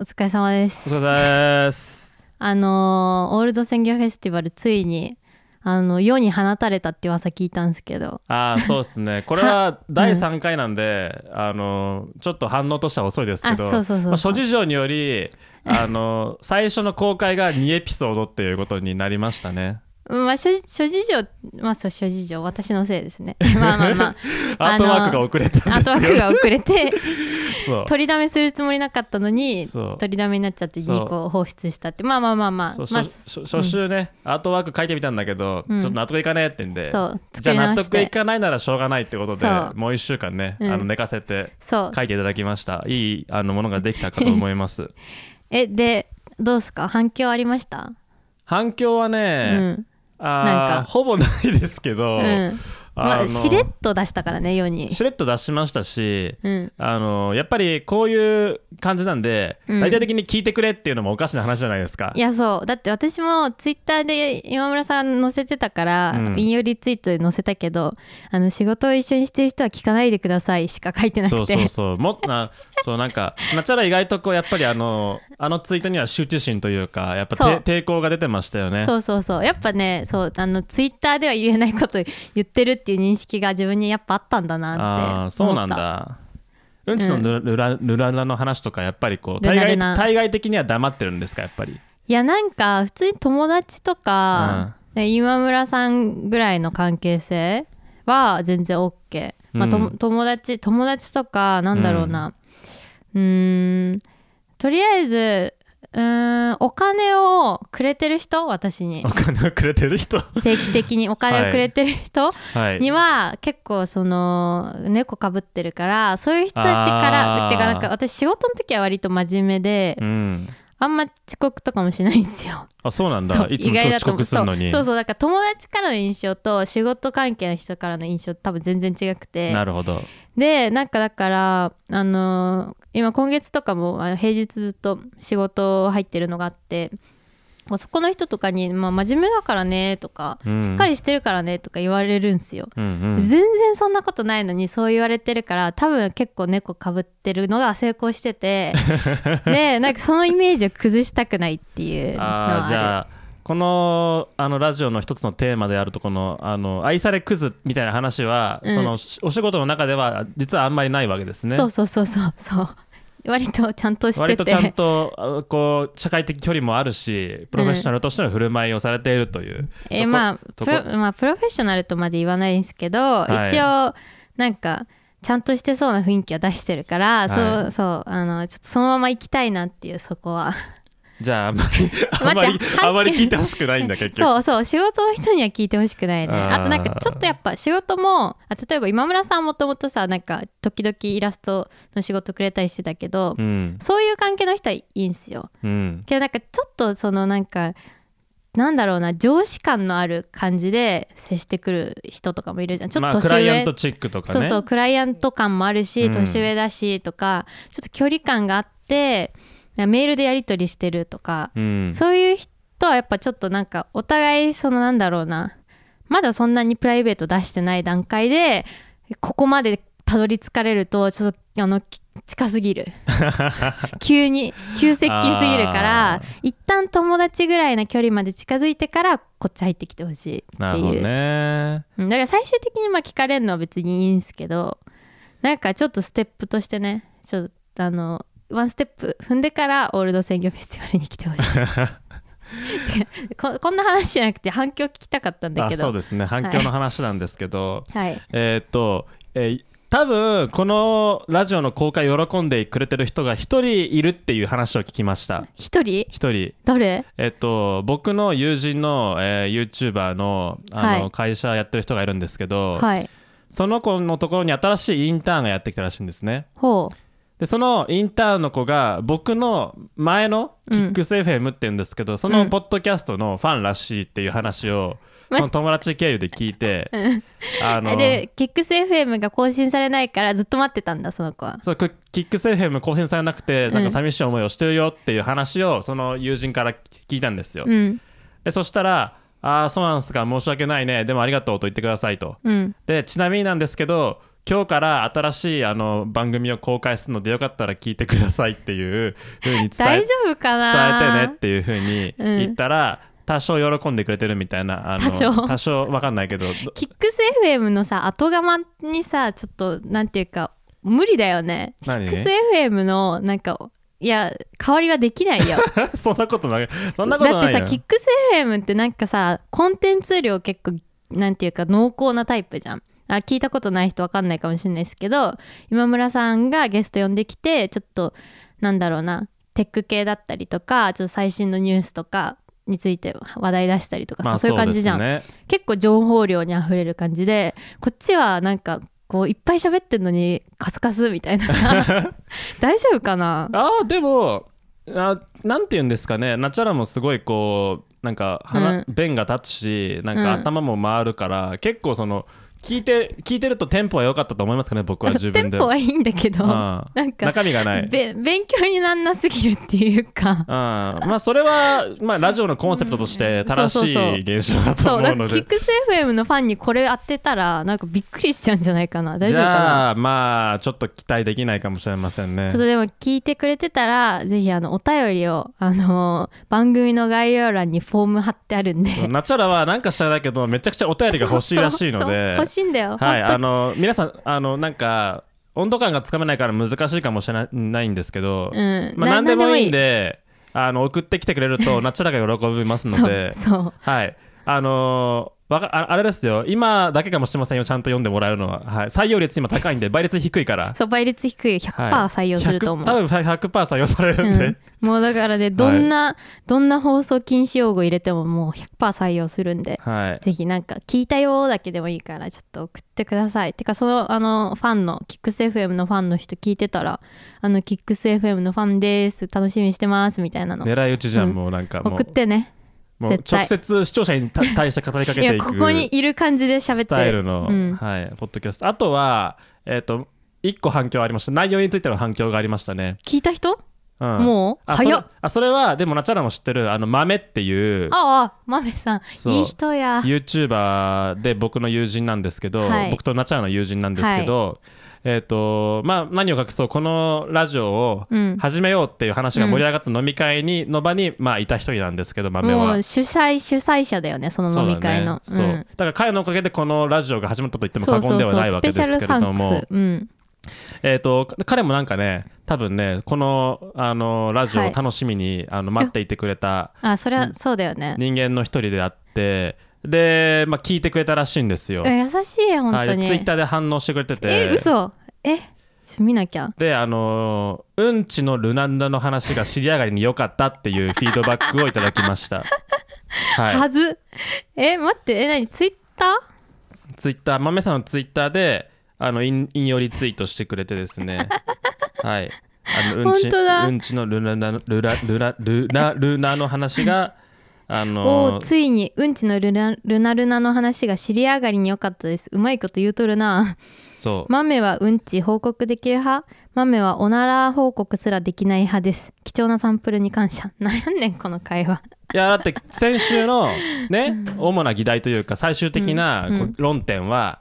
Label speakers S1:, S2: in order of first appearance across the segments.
S1: お疲れ様です
S2: お疲れ様です。
S1: あのーオールド鮮魚フェスティバルついにあの世に放たれたって噂聞いたんですけど
S2: ああ、そうですね。これは第三回なんで、あのちょっと反応としては遅いですけど、
S1: あそうそうそうそう
S2: まあ諸事情により、あの最初の公開が2エピソードっていうことになりましたね。
S1: うんまあ諸事諸事情まあそう諸事情私のせいです ねまあまあま
S2: アートワークが遅れ
S1: あ
S2: た
S1: ア
S2: ん
S1: ートワ
S2: で
S1: ー
S2: す
S1: ク
S2: よ。
S1: が遅れて
S2: そう
S1: 取りだめするつもりなかったのに
S2: そう
S1: 取りだめになっちゃって
S2: そう
S1: 2個放出したってまあまあまあまあ
S2: そう
S1: まあ
S2: 初初初週ね、アートワーク書いてみたんだけど、
S1: うん
S2: ちょっと納得いかねえってんで、
S1: そう
S2: じ
S1: 作
S2: ゃあ
S1: り
S2: 納
S1: 直し
S2: 得い
S1: て
S2: かないならしょうがないってことで
S1: そう
S2: もう1週間ね、
S1: うん
S2: あの寝かせて
S1: そう
S2: 書いていただきましたいいあのものができた かと思います
S1: えでどうすか反響ありました、
S2: 反響はね、
S1: うんな
S2: あ
S1: ん
S2: ー
S1: か
S2: ほぼないですけど、
S1: うんまあ、
S2: の
S1: しれっと出したからね世に
S2: しれっと出しましたし、
S1: うん
S2: あのやっぱりこういう感じなんで、
S1: うん
S2: 大体的に聞いてくれっていうのもおかしな話じゃないですか
S1: いやそうだって私もツイッターで今村さん載せてたから、
S2: うん
S1: 引用リツイートで載せたけどあの仕事を一緒にしてる人は聞かないでくださいしか書いてなくて
S2: そうそうそうもっとな そうなんかなっちゃら意外とこうやっぱりあのあのツイートには羞恥心というかやっぱ
S1: そう
S2: て抵抗が出てましたよね
S1: そうそうそうやっぱねそうあのツイッターでは言えないこと言ってるっていう認識が自分にやっぱあったんだ
S2: あ
S1: な
S2: あ
S1: って思っ
S2: そう
S1: た
S2: なんだうんちのルルラルララの話とかやっぱりこう
S1: ル
S2: 対
S1: ラル
S2: 外
S1: ラ
S2: 対外的には黙ってるんですかやっぱり
S1: いやなんか普通に友達とか、今村さんぐらいの関係性は全然 OK、まあとも
S2: うん
S1: 友達友達とかなんだろうなうーんとりあえずうーんお金をくれてる人私に
S2: お金をくれて る人
S1: 定期的にお金をくれてる人
S2: はい
S1: には結構その猫かぶってるからそういう人たちから
S2: あー
S1: てかなんか私仕事の時は割と真面目で
S2: うん
S1: あんま遅刻とかもしないんですよ。
S2: あそうなん
S1: そ
S2: だ
S1: う
S2: いつもそう遅刻するのに
S1: そうそうそうだから友達からの印象と仕事関係の人からの印象多分全然違くて
S2: なるほど
S1: でなんかだからあのー今今月とかもあの平日ずっと仕事入ってるのがあってそこの人とかに「まあ、真面目だからね」とか、
S2: うん
S1: しっかりしてるからね」とか言われるんすよ。
S2: うん
S1: 全然そんなことないのにそう言われてるから多分結構猫かぶってるのが成功してて でなんかそのイメージを崩したくないっていう
S2: うん、
S1: の
S2: あ
S1: は
S2: ー
S1: あ
S2: じ
S1: る
S2: ゃあこのあのラジオの一つのテーマであるとこのあの愛されクズみたいな話は、
S1: うん
S2: そのしお仕事の中では実はあんまりないわけですね。
S1: そうそうそうそうそう割とちゃんとしてて
S2: 割とちゃんとあこう社会的距離もあるしプロフェッショナルとしての振る舞いをされているという、
S1: えーまあ
S2: と
S1: プ
S2: こ
S1: ロまあプロフェッショナルとまで言わないんですけど、
S2: い
S1: 一応なんかちゃんとしてそうな雰囲気は出してるから、
S2: は
S1: そうそうあのちょっとそのまま行きたいなっていうそこは
S2: じゃああんまりあんまり
S1: 待って
S2: あんまり聞いてほしくない んだ結局
S1: そうそう仕事の人には聞いてほしくないね
S2: あ
S1: あ
S2: ー
S1: となんかちょっとやっぱ仕事もあ例えば今村さんもともとさなんか時々イラストの仕事くれたりしてたけど、
S2: うん
S1: そういう関係の人はいいんすよ
S2: うん
S1: けどなんかちょっとそのなんかなんだろうな上司感のある感じで接してくる人とかもいるじゃんちょっ
S2: ま
S1: と
S2: あ
S1: 年
S2: ク
S1: 上、
S2: ライアントチックとかね
S1: そうそうクライアント感もあるし
S2: うん
S1: 年上だしとか、ちょっと距離感があってなんかメールでやり取りしてるとか、
S2: うん、
S1: そういう人はやっぱちょっとなんかお互いそのなんだろうなまだそんなにプライベート出してない段階でここまでたどり着かれるとちょっとあのき近す ぎる急に急接近すぎるから
S2: あー
S1: 一旦友達ぐらいな距離まで近づいてからこっち入ってきてほしいっていう
S2: なるほどね
S1: うんだから最終的にまあ聞かれるのは別にいいんですけどなんかちょっとステップとしてねちょっとあのワンステップ踏んでからオールド鮮魚フェスティバルに来てほしい てかここんな話じゃなくて反響聞きたかったんだ
S2: あ
S1: け
S2: そう
S1: ど
S2: ですね反響の話なんですけど、
S1: はい
S2: えーっと、えー多分このラジオの公開喜んでくれてる人が一人いるっていう話を聞きました
S1: 一人
S2: 一人
S1: 誰
S2: えっと僕の友人の、えー、YouTuber のあの、
S1: はい
S2: 会社やってる人がいるんですけど、
S1: はい
S2: その子のところに新しいインターンがやってきたらしいんですね
S1: ほ
S2: でそのインターンの子が僕の前の
S1: う
S2: キ
S1: ん
S2: ックス FM って言うんですけど、そうの
S1: ん
S2: ポッドキャストのファンらしいっていう話を、
S1: ま
S2: その友達経由で聞い て、あ
S1: うでキックス FM が更新されないからずっと待ってたんだその子は
S2: そうクキックス FM 更新されなくてな
S1: う
S2: ん
S1: ん
S2: か寂しい思いをしてるよっていう話をその友人から聞いたんですよ、
S1: うん
S2: でそしたら「ああそうなんですか申し訳ないねでもありがとう」と言ってくださいと
S1: うん
S2: でちなみになんですけど今日から新しいあの番組を公開するのでよかったら聞いてくださいっていうふうに伝え
S1: 大丈夫かな
S2: 伝えてねっていうふうに
S1: うん
S2: 言ったら、多少喜んでくれてるみたいなあの
S1: 多少
S2: 多少わかんないけど ど
S1: キックス FM のさ後釜にさちょっとなんていうか無理だよねキ
S2: 何
S1: ックス FM のなんかいや代わりはできないよ
S2: そんなことない そんなことない
S1: だって
S2: よ
S1: さキックス FM ってなんかさコンテンツ量結構なんていうか濃厚なタイプじゃんあ聞いたことない人わかんないかもしれないですけど今村さんがゲスト呼んできてちょっとなんだろうなテック系だったりとかちょっと最新のニュースとかについて話題出したりとかさ、そういう感じじゃん、
S2: そうですね
S1: 結構情報量にあふれる感じでこっちはなんかこういっぱい喋ってんのにカスカスみた いなさ大丈夫かな
S2: ああでもあなんて言うんですかねナチャラもすごいこうなんか鼻、
S1: うん
S2: 弁が立つしなん
S1: うん
S2: か頭も回るから、結構その聞いて聞いてるとテンポは良かったと思いますかね僕は
S1: あ
S2: 自
S1: そうテ
S2: 分
S1: ン
S2: で
S1: ポはいいんだけど
S2: あ
S1: なん
S2: あ
S1: か
S2: 中身がない
S1: べ勉強になんなすぎるっていう か
S2: ああまあそれは、まあ、ラジオのコンセプトとして正し
S1: そうそう
S2: い現象だと
S1: そう
S2: 思
S1: だ
S2: う
S1: か
S2: の
S1: らキ
S2: で
S1: ックス FM のファンにこれ当てたらなんかびっくりしちゃうんじゃないかな大
S2: じ
S1: 丈夫かな
S2: ゃあまあちょっと期待できないかもしれませんね
S1: ちょっとでも聞いてくれてたらぜひあのお便りをあの番組の概要欄にフォーム貼ってあるんで
S2: ナチャラはなんかしただけどめちゃくちゃお便りが欲しいらしいの
S1: そうそう
S2: で
S1: 欲しいんだよ、
S2: はい、
S1: 本当
S2: あの皆さんあのなんか温度感がつかめないから難しいかもしれなないんですけど、
S1: うん
S2: まあ、
S1: な
S2: 何でもいいんであの送ってきてくれるとナチュラが喜びますので
S1: そうそう
S2: はいあのーわかああれですよ今だけかもしれませんよちゃんと読んでもらえるのは、はい、採用率今高いんで倍率低いから
S1: そう倍率低い100%
S2: はい
S1: 採用すると思う、
S2: 100多分100%採用されるんで、
S1: うん、もうだからねどんな、どんな放送禁止用語入れてももう100%採用するんで
S2: はい
S1: ぜひなんか聞いたよだけでもいいからちょっと送ってくださいてかそのあのファンのキックス FM のファンの人聞いてたらあのキックス FM のファンです楽しみにしてますみたいなの
S2: 狙い撃ちじゃん、
S1: うん
S2: もうなんかも
S1: 送っ
S2: う
S1: てね
S2: もう
S1: 絶対
S2: 直接視聴者にた対して語りかけ
S1: い
S2: て
S1: や
S2: いく
S1: ここにいる感じで喋っ
S2: スタ
S1: て
S2: イ
S1: る
S2: ルの、
S1: うん
S2: はい、ポッドキャスト。あとは、えっ、と、一個反響ありました。内容についての反響がありましたね。
S1: 聞いた人、
S2: うん、
S1: もう
S2: あそれ
S1: 早っ
S2: あそれは、でも、ナチャラも知ってる、あの、豆っていう、
S1: ああ豆さん
S2: そう
S1: いい人や
S2: YouTuber で僕の友人なんですけど、
S1: はい
S2: 僕とナチャラの友人なんですけど、えっ、と、まあ、何を隠そう、このラジオを
S1: うん
S2: 始めようっていう話が盛り上がった飲み会に、の場に、まあ、いた一人なんですけど、豆
S1: も
S2: は
S1: う。主催主催者だよねその飲み会の
S2: そうだ,、ねそうだから彼のおかげでこのラジオが始まったと言っても過言ではないわけですけれども
S1: スペシャルサンクスうん
S2: えー、とか彼もなんかね多分ねこのあのラジオを楽しみに、あの待っていてくれた
S1: あそれはそうだよね、
S2: 人間の一人であってで、まあ、聞いてくれたらしいんですよ。
S1: え優しい本当に、
S2: ツイッターで反応してくれてて
S1: え嘘えちょっと見なきゃ
S2: であのーうんちのルナンダの話が尻上がりに良かったっていうフィードバックをいただき ました。は
S1: はずえ待ってえ何ツイッター
S2: い、ツイッター豆さんのツイッターであの引引用リツイートしてくれてです ね。はいあのうんち
S1: 本当だ
S2: うんちのルナナルラルラルナルナの話があ
S1: お
S2: の
S1: ーついにうんちのルナルナルナの話が尻上がりに良かったですうまいこと言うとるな
S2: そう
S1: 豆はうんち報告できる派豆はおなら報告すらできない派です貴重なサンプルに感謝 悩んねんこの会話
S2: いやだって先週のね主な議題というか最終的な
S1: うん
S2: こ
S1: う
S2: う論点は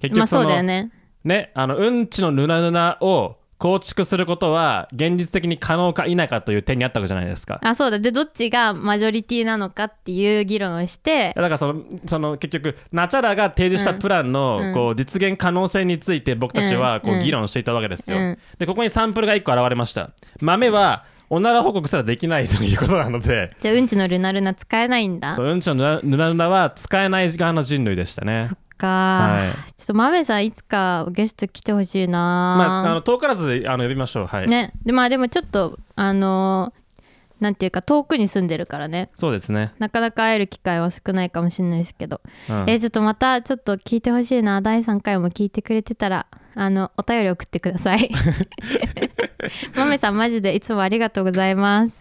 S2: 結
S1: まあ
S2: 局そ
S1: そうだよ
S2: の
S1: ね
S2: ねあのうんちのルナルナを構築することは現実的に可能か否かという点にあったわけじゃないですか。
S1: あそうだでどっちがマジョリティなのかっていう議論をして
S2: だからそのその結局ナチャラが提示したプランの
S1: うん
S2: こう実現可能性について僕たちはこ
S1: うん
S2: う議論していたわけですよ。
S1: うん
S2: でここにサンプルが1個現れました。豆はおなら報告すらできないということなので
S1: じゃあうんちのルナルナ使えないんだ
S2: そううんちのぬらぬらぬらは使えない側の人類でしたね。
S1: か、
S2: はい
S1: ちょっと豆さんいつかゲスト来てほしい
S2: ま
S1: な、
S2: あ、あの遠からずあの呼びましょう、はい
S1: ねでまあでもちょっとあのーなんていうか遠くに住んでるからね
S2: そうですね、
S1: なかなか会える機会は少ないかもしれないですけど、
S2: うん
S1: えちょっとまたちょっと聞いてほしいな第3回も聞いてくれてたらあのお便り送ってくだ さい 豆さんマジでいつもありがとうございます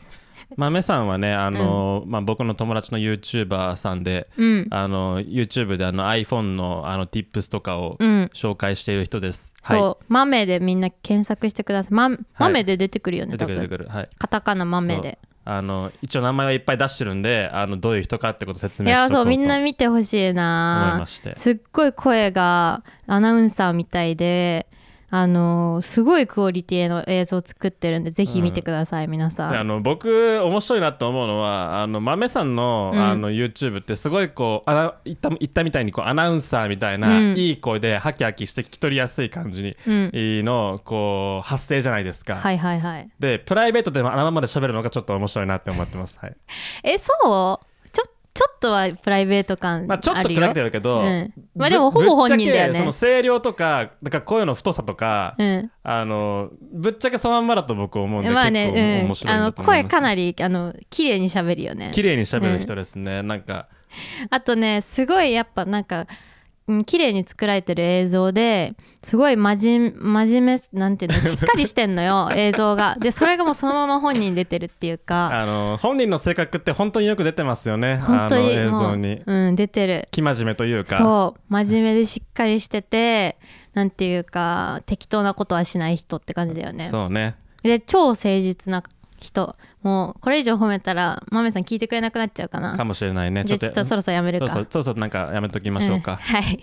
S2: 豆さんはねあの、まあ、僕の友達の YouTuber さんで
S1: うん
S2: あの YouTube であの iPhone のあの Tips とかを
S1: うん
S2: 紹介している人です、
S1: そう、
S2: は
S1: 豆でみんな検索してください、ま、豆で出てくるよ
S2: い
S1: ね、
S2: 出
S1: 多
S2: てくる出て
S1: 分
S2: くるはい
S1: カタカナ豆で
S2: あの一応名前はいっぱい出してるんであのどういう人かってことを説
S1: い
S2: 明し
S1: や
S2: てこ
S1: そうう
S2: と
S1: みんな
S2: 思い
S1: 見てほしいな
S2: まして
S1: すっごい声がアナウンサーみたいであのすごいクオリティの映像作ってるんでぜひ見てください、皆さ
S2: であ
S1: ん
S2: の僕面白いなと思うのはあの豆さんの,、
S1: うん
S2: あの YouTube ってすごいこうあら言った言ったみたいにこうアナウンサーみたいな、
S1: うん
S2: いい声でハキハキして聞き取りやすい感じに、
S1: うん
S2: のこう発声じゃないですか、
S1: はいはいはい
S2: でプライベートでもあのままで喋るのがちょっと面白いなって思ってます、はい
S1: えそうちょちょっとはプライベート感
S2: まあ、ちょっ
S1: あ
S2: と
S1: るよ
S2: 暗くてるけど、
S1: うんまあでもほぼ本人だよね
S2: ぶっちゃけその声量とかだから声の太さとか、
S1: うん
S2: あのぶっちゃけそのまんまだと僕思うんで、
S1: まあ
S2: 結構
S1: ね、う
S2: 面
S1: ん、
S2: 白い
S1: あ
S2: な
S1: の
S2: と思い
S1: 声
S2: ます
S1: かなりあの綺麗に喋るよね
S2: 綺麗に喋る人ですね、なんか
S1: あとねすごいやっぱなんかうん綺麗に作られてる映像ですごい真面真面目なん ていうのしっかりしてんのよ映像がでそれがもうそのまま本人出てるっていうか
S2: あの本人の性格って本当によく出てますよね
S1: 本当に
S2: あの映
S1: も
S2: 像
S1: う
S2: に
S1: うん、出てる
S2: 生真面目というか
S1: そう真面目でしっかりしててなんていうか適当なことはしない人って感じだよね
S2: そうね
S1: で超誠実な人もうこれ以上褒めたらマメさん聞いてくれなくなっちゃうかな
S2: かもしれないね
S1: じゃあちょっとそろそろやめる
S2: そ
S1: か
S2: うそうそうそうなんかやめときましょうか、
S1: んはい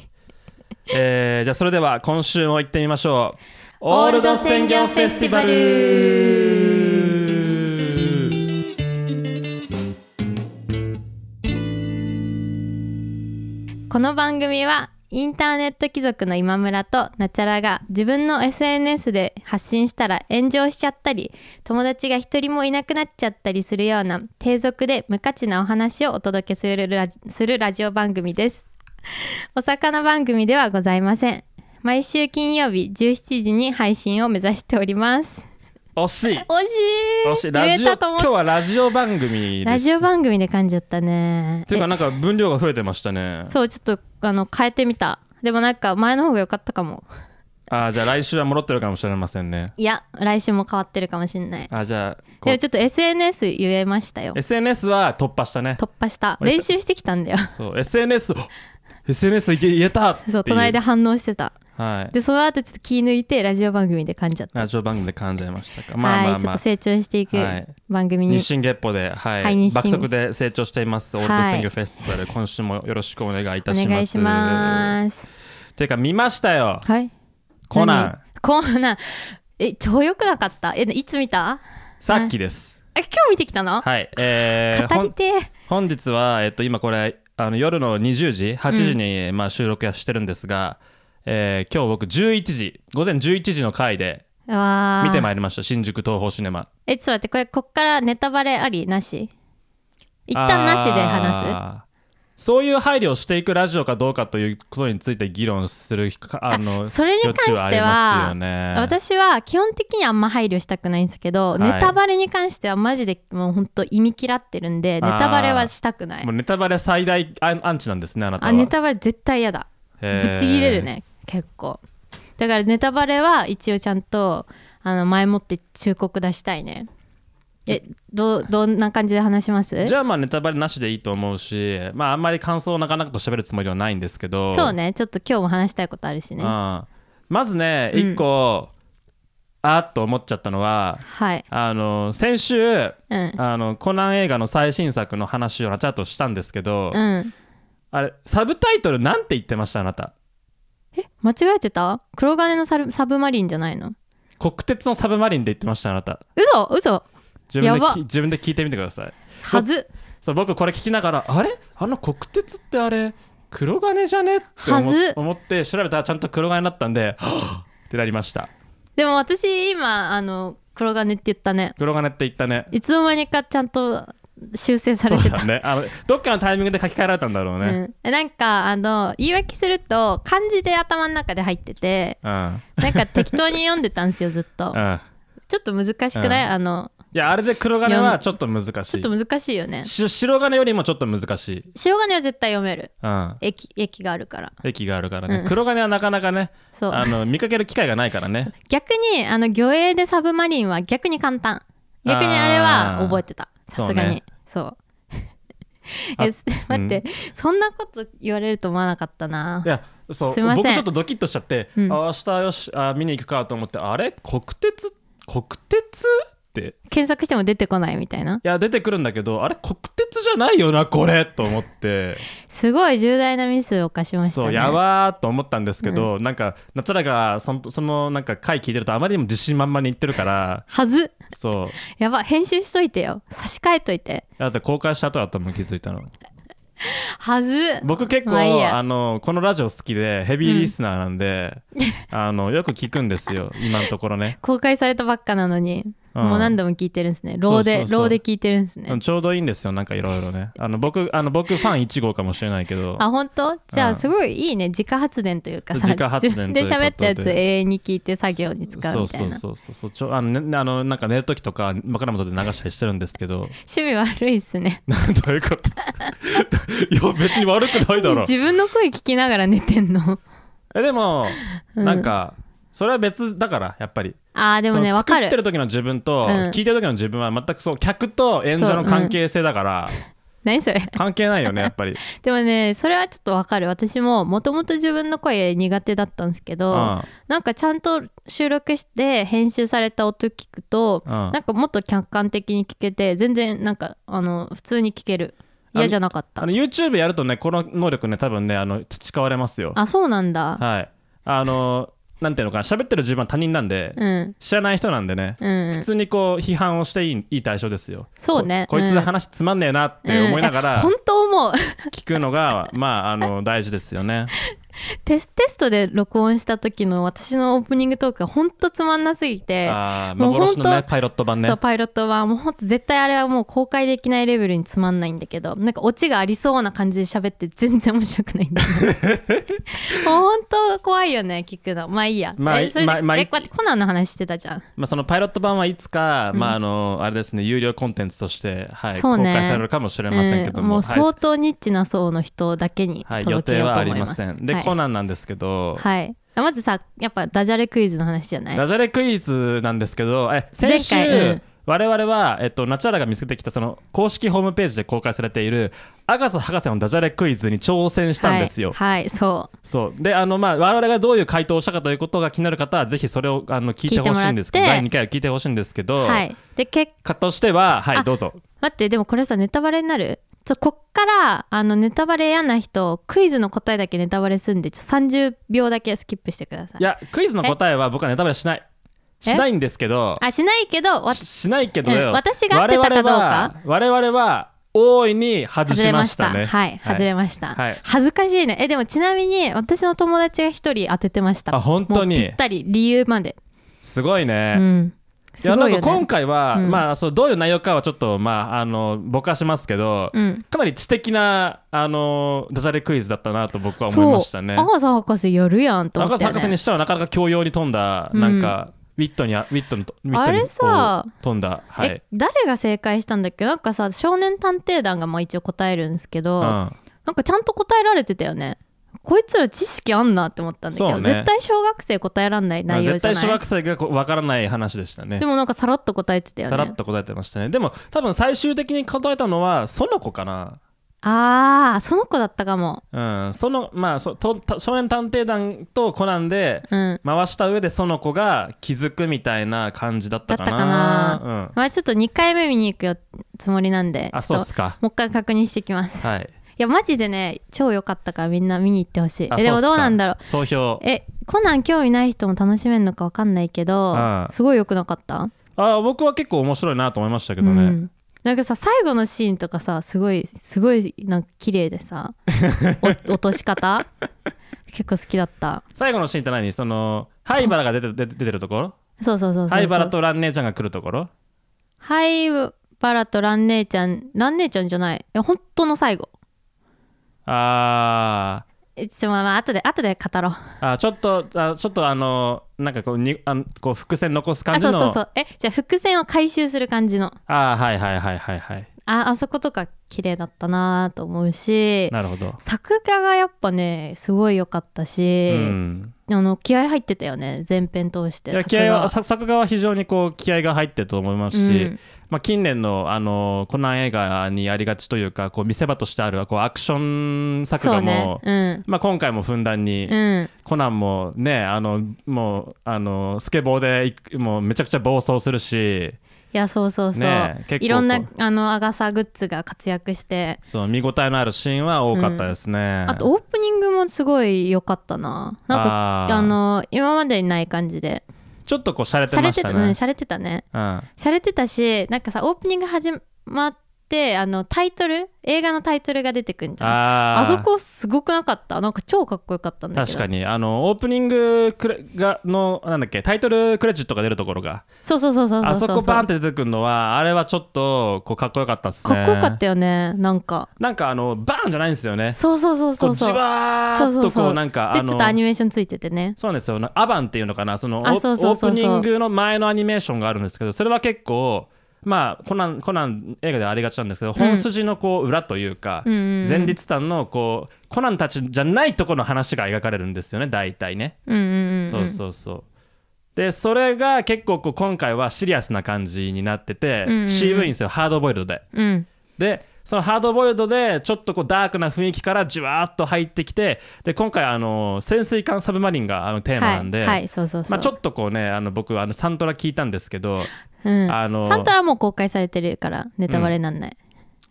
S2: えーじゃあそれでは今週も行ってみましょう
S1: オールド鮮魚フェスティバ
S2: ル
S1: この番組はインターネット貴族の今村とナチャラが自分の SNS で発信したら炎上しちゃったり友達が一人もいなくなっちゃったりするような低俗で無価値なお話をお届けするラジするラジオ番組です。お魚番組ではございません。毎週金曜日17時に配信を目指しております。
S2: 惜し
S1: 惜
S2: い
S1: しい
S2: 惜しい
S1: 言
S2: ラ
S1: え
S2: ジオ
S1: たと思
S2: 今
S1: っ
S2: 日
S1: た
S2: はラジオ番組です
S1: ラジオ番組で噛んじゃったね。
S2: っていうかなんか分量が増えてましたね
S1: そうちょっとあの変えてみたでもなんか前の方が良かったかも
S2: あーじゃあ来週は戻ってるかもしれませんね
S1: いや来週も変わってるかもしんない
S2: あーじゃあこ
S1: で
S2: う
S1: もちょっと SNS 言えましたよ
S2: SNS は突破したね
S1: 突破した
S2: 俺
S1: 練習してきたんだよ
S2: そう SNS あ SNS 言え言えたってい
S1: そう隣で反応してた
S2: はい
S1: でその後ちょっと気抜いてラジオ番組で噛んじゃった、
S2: ラジオ番組で噛んじゃいましたかまあま
S1: は
S2: あ
S1: いちょっ
S2: ま
S1: と
S2: あ
S1: 成長していく
S2: はい
S1: 番組に、
S2: 日進月歩で、はい
S1: はい日進
S2: 爆速で成長しています、
S1: はい
S2: オールド鮮魚フェスティバル今週もよろしくお願いいたします
S1: お願いします
S2: てか見ましたよ
S1: はい
S2: コナン
S1: 何コナンえ超良くなかったえいつ見た
S2: さっきです
S1: え今日見てきたの、
S2: はい、えー、
S1: 語
S2: ほ
S1: り
S2: ん
S1: てー
S2: 本日は、えっと、今これあの夜の20時8時に、まあ、収録はしてるんですが、えー今日僕11時午前11時の回で
S1: うわー
S2: 見てまいりました新宿東宝シネマ
S1: えちょっと待ってこれこっからネタバレありなし一旦なしで話す
S2: 話すそういう配慮をしていくラジオかどうかということについて議論するかあの
S1: それに関しては
S2: 余地ありますよね
S1: 私は基本的にあんま配慮したくないんですけど、
S2: い
S1: ネタバレに関してはマジでもうほんと意味嫌ってるんでネ
S2: あー
S1: タバレはしたくない
S2: もうネタバレ最大アンアンチなんですねあなた
S1: あ
S2: は
S1: ネタバレ絶対嫌だ
S2: ぶ
S1: ぶち切れるね結構だからネタバレは一応ちゃんとあの前もって忠告出したいねえどうどんな感じで話します
S2: じゃあまあネタバレなしでいいと思うしまああんまり感想をなかなかと喋るつもりはないんですけど
S1: そうねちょっと今日も話したいことあるし
S2: う
S1: ね
S2: んまずね
S1: うん
S2: 一個、あーっと思っちゃったのは
S1: はい
S2: あの先週
S1: うん
S2: あのコナン映画の最新作の話をなちゃっとしたんですけど、
S1: うん
S2: あれサブタイトルなんて言ってましたあなた
S1: え間違えてた黒金のサルサブマリンじゃないの
S2: 国鉄のサブマリンで言ってましたあなた
S1: 嘘嘘
S2: 自分
S1: や
S2: で
S1: ば
S2: き自分で聞いてみてください
S1: はず
S2: そう僕これ聞きながらあれあの国鉄ってあれ黒金じゃねって思
S1: はず
S2: 思って調べたらちゃんと黒金だったんで はぁってなりました
S1: でも私今あの黒金って言ったね
S2: 黒金って言ったね
S1: いつの間にかちゃんと修正さ
S2: そ
S1: れて
S2: う
S1: た
S2: だねあのどっかのタイミングで書き換えられたんだろう
S1: う
S2: ね
S1: んえ、なんかあの言い訳すると漢字で頭の中で入ってて
S2: うん、うん
S1: なんか適当に読んでたんですよずっ とちょっと難しくない、
S2: う
S1: あの
S2: いやあれで黒金
S1: い
S2: は
S1: や
S2: ちょっと難し
S1: ちょ
S2: い
S1: っと難しいよね
S2: し白金よりもちょっと難しい、
S1: 白金は絶対読める
S2: うん、
S1: 駅駅があるから
S2: 駅があるからね、
S1: うん
S2: 黒金はなかなかね
S1: そう
S2: あの見かける機会がないか らね
S1: 逆にあの魚影でサブマリンは逆に簡単逆にあれは覚えてたさすがにそう
S2: あ
S1: えす
S2: う
S1: 待
S2: ん
S1: って、そんなこと言われると思わなかったない
S2: やそう
S1: すいません
S2: 僕ちょっとドキッとしちゃって、
S1: うん
S2: あ明日よしあ見に行くかと思ってあれ国鉄国鉄って
S1: 検索しても出てこないみたいない
S2: や出てくるんだけどあれ国鉄じゃないよなこれと 思って
S1: すごい重大なミスを犯しましたね
S2: そうやばーと思ったんですけど、なんか夏らがそのそのなんか回聞いてるとあまりにも自信満々に言ってるから
S1: はず
S2: そう
S1: やば編集しといてよ差し替えといて
S2: だって公開した後だったの気づいたの
S1: はず
S2: 僕結構、
S1: まあいいや
S2: あのこのラジオ好きでヘビーリスナーなん で、あのよく聞くんですよ今のところね、
S1: 公開されたばっかなのに、
S2: うん
S1: もう何度も聞いてるんですねローで
S2: そうそうそう
S1: ローで聞いてるんですね、
S2: うんちょうどいいんですよなんかいろいろねあの僕あの僕ファン1号かもしれないけど
S1: あ本当じゃあ
S2: うん
S1: すごいいいね自家発電というかさ
S2: 自家発電ということで
S1: 自分で喋ったやつ永遠に聞いて作業に使うみたいな
S2: そうそうそうそうちょあの、ね、あのなんか寝る時とか枕元で流したりしてるんですけど
S1: 趣味悪いっすね
S2: どういうこといや別に悪く ないだろ
S1: 自分の声聞きながら寝てんの
S2: えでも、
S1: うん
S2: なんかそれは別だからやっぱり
S1: あーでもね
S2: その
S1: わか
S2: 作っ
S1: る
S2: てる時の自分と、
S1: うん
S2: 聞いてる時の自分は全くそう客と演者の関係性だから、
S1: 何それ
S2: 関係ないよねやっぱり、
S1: でもねそれはちょっとわかる私ももともと自分の声苦手だったんですけ
S2: う
S1: ど、
S2: ん
S1: なんかちゃんと収録して編集された音聞くと、
S2: うん
S1: なんかもっと客観的に聞けて全然なんかあの普通に聞ける嫌じゃなかっ
S2: あ
S1: た
S2: の YouTube やるとねこの能力ね多分ねあの培われますよ
S1: あそうなんだ、
S2: はいあのなんていうのかな喋ってる自分は他人なんで、
S1: うん
S2: 知らない人なんでね、
S1: うん
S2: 普通にこう批判をしていいいい対象ですよ
S1: そうね
S2: ここいつ
S1: うん
S2: 話つまんねえなって思いなが ら
S1: 本当思う
S2: 聞くのが、まああの大事ですよ ね
S1: テステストで録音した時の私のオープニングトークが本当つまんなすぎて、
S2: あー
S1: もう
S2: 幻の
S1: 本
S2: ねパイロット版ね
S1: そうパイロットはもう本当絶対あれはもう公開できないレベルにつまんないんだけどなんかオチがありそうな感じで喋って全然面白くないんだよね もう本当怖いよね聞くのまあいいや、
S2: まあ
S1: えそれで
S2: まあまあ
S1: え待ってコナンの話してたじゃん
S2: まあ、そのパイロット版はいつか、まああのあれですね有料コンテンツとして、はい
S1: そうね
S2: 公開されるかもしれませんけど
S1: うん
S2: も、
S1: もう
S2: はい
S1: 相当ニッチな層の人だけに
S2: はい、
S1: 届
S2: 予
S1: け
S2: 定
S1: よう
S2: は
S1: と
S2: あ
S1: 思
S2: り
S1: い
S2: ま
S1: ます、
S2: せんで、
S1: はい
S2: コナンなんですけど、
S1: はいあまずさやっぱダジャレクイズの話じゃない
S2: ダジャレクイズなんですけどえ先週
S1: 前回うん
S2: 我々は、えっと、ナチュラルが見つけてきたその公式ホームページで公開されているアガサ博士のダジャレクイズに挑戦したんですよ。
S1: はい、はいそう
S2: そうであの、まあ、我々がどういう回答をしたかということが気になる方はぜひそれをあの聞いてほしいんですけど
S1: 聞いてもらっ
S2: 第
S1: て
S2: 2回を聞いてほしいんですけど、
S1: はいで結
S2: かとしては、は
S1: あ
S2: い、どうぞ。
S1: 待ってでもこれさネタバレになるちょこっからあのネタバレ嫌な人クイズの答えだけネタバレするんでちょ30秒だけスキップしてください
S2: いやクイズの答えは僕はネタバレしないしないんですけど
S1: あしないけどわ
S2: ししないけどよ、
S1: うん私が合ってたかどうか
S2: 我々は我々は大いに外
S1: 外
S2: し
S1: れ
S2: ま
S1: ま
S2: し
S1: した
S2: たね
S1: はい外れました、
S2: はい
S1: 恥ずかしいねえでもちなみに私の友達が一人当ててました
S2: あ本当に
S1: もうぴったり理由まで、
S2: すごいね、
S1: うん
S2: い
S1: す
S2: や
S1: ご
S2: ないん
S1: よ
S2: か今
S1: ね
S2: 回は、
S1: うん
S2: まあそうどういう内容かはちょっとまああのぼかしますけど、
S1: うん
S2: かなり知的なあのダジャレクイズだったなと僕は思いましたね。
S1: そう赤坂博士やるやんと思
S2: 赤
S1: った
S2: 瀬
S1: よ、
S2: 博士に
S1: ね、
S2: してはなかなか教養に富んだ、
S1: うん
S2: なんかウィットにあウィットにとウィットに
S1: あれさ
S2: こう富んだはい、
S1: え誰が正解したんだっけなんかさ少年探偵団がまあ一応答えるんですけど、
S2: うん、
S1: なんかちゃんと答えられてたよねこいつら知識あんなって思ったんだけど、
S2: そうね
S1: 絶対小学生答えらんない内容
S2: 絶
S1: じゃ
S2: 対
S1: な
S2: 小
S1: い
S2: 学生がこうわからない話でしたね
S1: でもなんかさらっと答えてたよ
S2: さらっ
S1: ね
S2: と答えてましたねでも多分最終的に答えたのは園子かな
S1: あーその子だったかも
S2: うんそのまあそとた少年探偵団とコナンで
S1: うん
S2: 回した上で園子が気づくみたいな感じだったかな
S1: だったかな
S2: うん、
S1: まあちょっと2回目見に行くよつもりなんで
S2: あ
S1: ち
S2: そ
S1: ょ
S2: う
S1: っ
S2: っ
S1: と
S2: すか
S1: もう一回確認してきますい
S2: はい
S1: やマジでね超良かったからみんな見に行ってほしい
S2: あ
S1: えでもどうなんだろう
S2: そうっすか総評
S1: えコナン興味ない人も楽しめるのか分かんないけど
S2: うん
S1: すごい良くなかった
S2: あ僕は結構面白いなと思いましたけどね、
S1: うん、なんかさ最後のシーンとかさすごいすごいなんか綺麗で さお落とし方結構好きだった
S2: 最後のシーンって何その灰原が出て出て出てるところ
S1: そうそうそうそうそう
S2: 灰原と蘭姉ちゃんが来るところ
S1: 灰原と蘭姉ちゃん蘭姉ちゃんじゃないいや本当の最後
S2: あー
S1: えちょっとまあまあ後で後で語ろう
S2: あちょっとあちょっとあのなんかこうにあのこう伏線残す感
S1: あ
S2: じ
S1: そ
S2: の
S1: うそうそうえじゃあ伏線を回収する感じの
S2: あーはいはいはいはいはい
S1: ああそことか綺麗だったなと思うし
S2: なるほど、
S1: 作画がやっぱねすごい良かったし、
S2: うん
S1: あの気合入ってたよね前編通して
S2: いや気
S1: 作画
S2: 合はさ作画は非常にこう気合が入ってると思いますし、
S1: うん
S2: まあ、近年のあのコナン映画にありがちというかこう見せ場としてあるこうアクション作
S1: そう
S2: 画も、
S1: ねうん
S2: まあ、今回もふんだんに、
S1: うん、
S2: コナンもねあのもうあのスケボーでいもうめちゃくちゃ暴走するし
S1: いやそうそうそう、
S2: ねえ結構こう
S1: いろんなあのアガサグッズが活躍して
S2: そう見応えのあるシーンは多かったですね、
S1: あとオープニングもすごい良かったななんか
S2: あー
S1: あの今までにない感じで
S2: ちょっとこう洒落て
S1: 洒
S2: ま
S1: 落
S2: してた
S1: た
S2: ね
S1: ね洒落てたね
S2: うん
S1: 洒落てたしなんかさオープニング始まってあのタイトル映画のタイトルが出てくんじゃんあ
S2: あー
S1: そこすごくなかったなんか超かっこよかったんだけ
S2: 確
S1: ど
S2: かにあのオープニングクレがのなんだっけタイトルクレジットが出るところが
S1: そうそうそうそうそう
S2: あ
S1: そ
S2: そうこバーンって出てくるのはあれはちょっとこうかっこよかったっすね
S1: かっこよかったよねなんか
S2: なんかあのバーンじゃないんですよね
S1: そうそうそうそ
S2: こう
S1: う
S2: じ
S1: そう
S2: わ
S1: そう
S2: ーっ
S1: そう
S2: と
S1: そ
S2: こ
S1: う
S2: うなんか
S1: で
S2: あ
S1: ちょっとアニ
S2: の
S1: メーションついててね
S2: そうなんですよなアバンっていうのかなそのオ
S1: あそうそう
S2: ー
S1: そうそう
S2: プニングの前のアニメーションがあるんですけどそれは結構まあコナンコナン映画ではありがちなんですけど本筋のこう裏というか
S1: うんうんうん
S2: 前日譚のこうコナンたちじゃないとこの話が描かれるんですよね大体ね
S1: うんうんうん
S2: そううんそうそうでそれが結構こう今回はシリアスな感じになってて
S1: うんうんうん
S2: 渋いんですよハードボイルドで
S1: うん
S2: でそのハードボイルドでちょっとこうダークな雰囲気からじわーっと入ってきてで今回あの潜水艦サブマリンがあのテーマなんで、
S1: はい、はい、そうそうそう、
S2: まあ、ちょっとこうねあの僕あのサントラ聞いたんですけど、
S1: うん、
S2: あの
S1: サンタはもう公開されてるからネタバレなんない、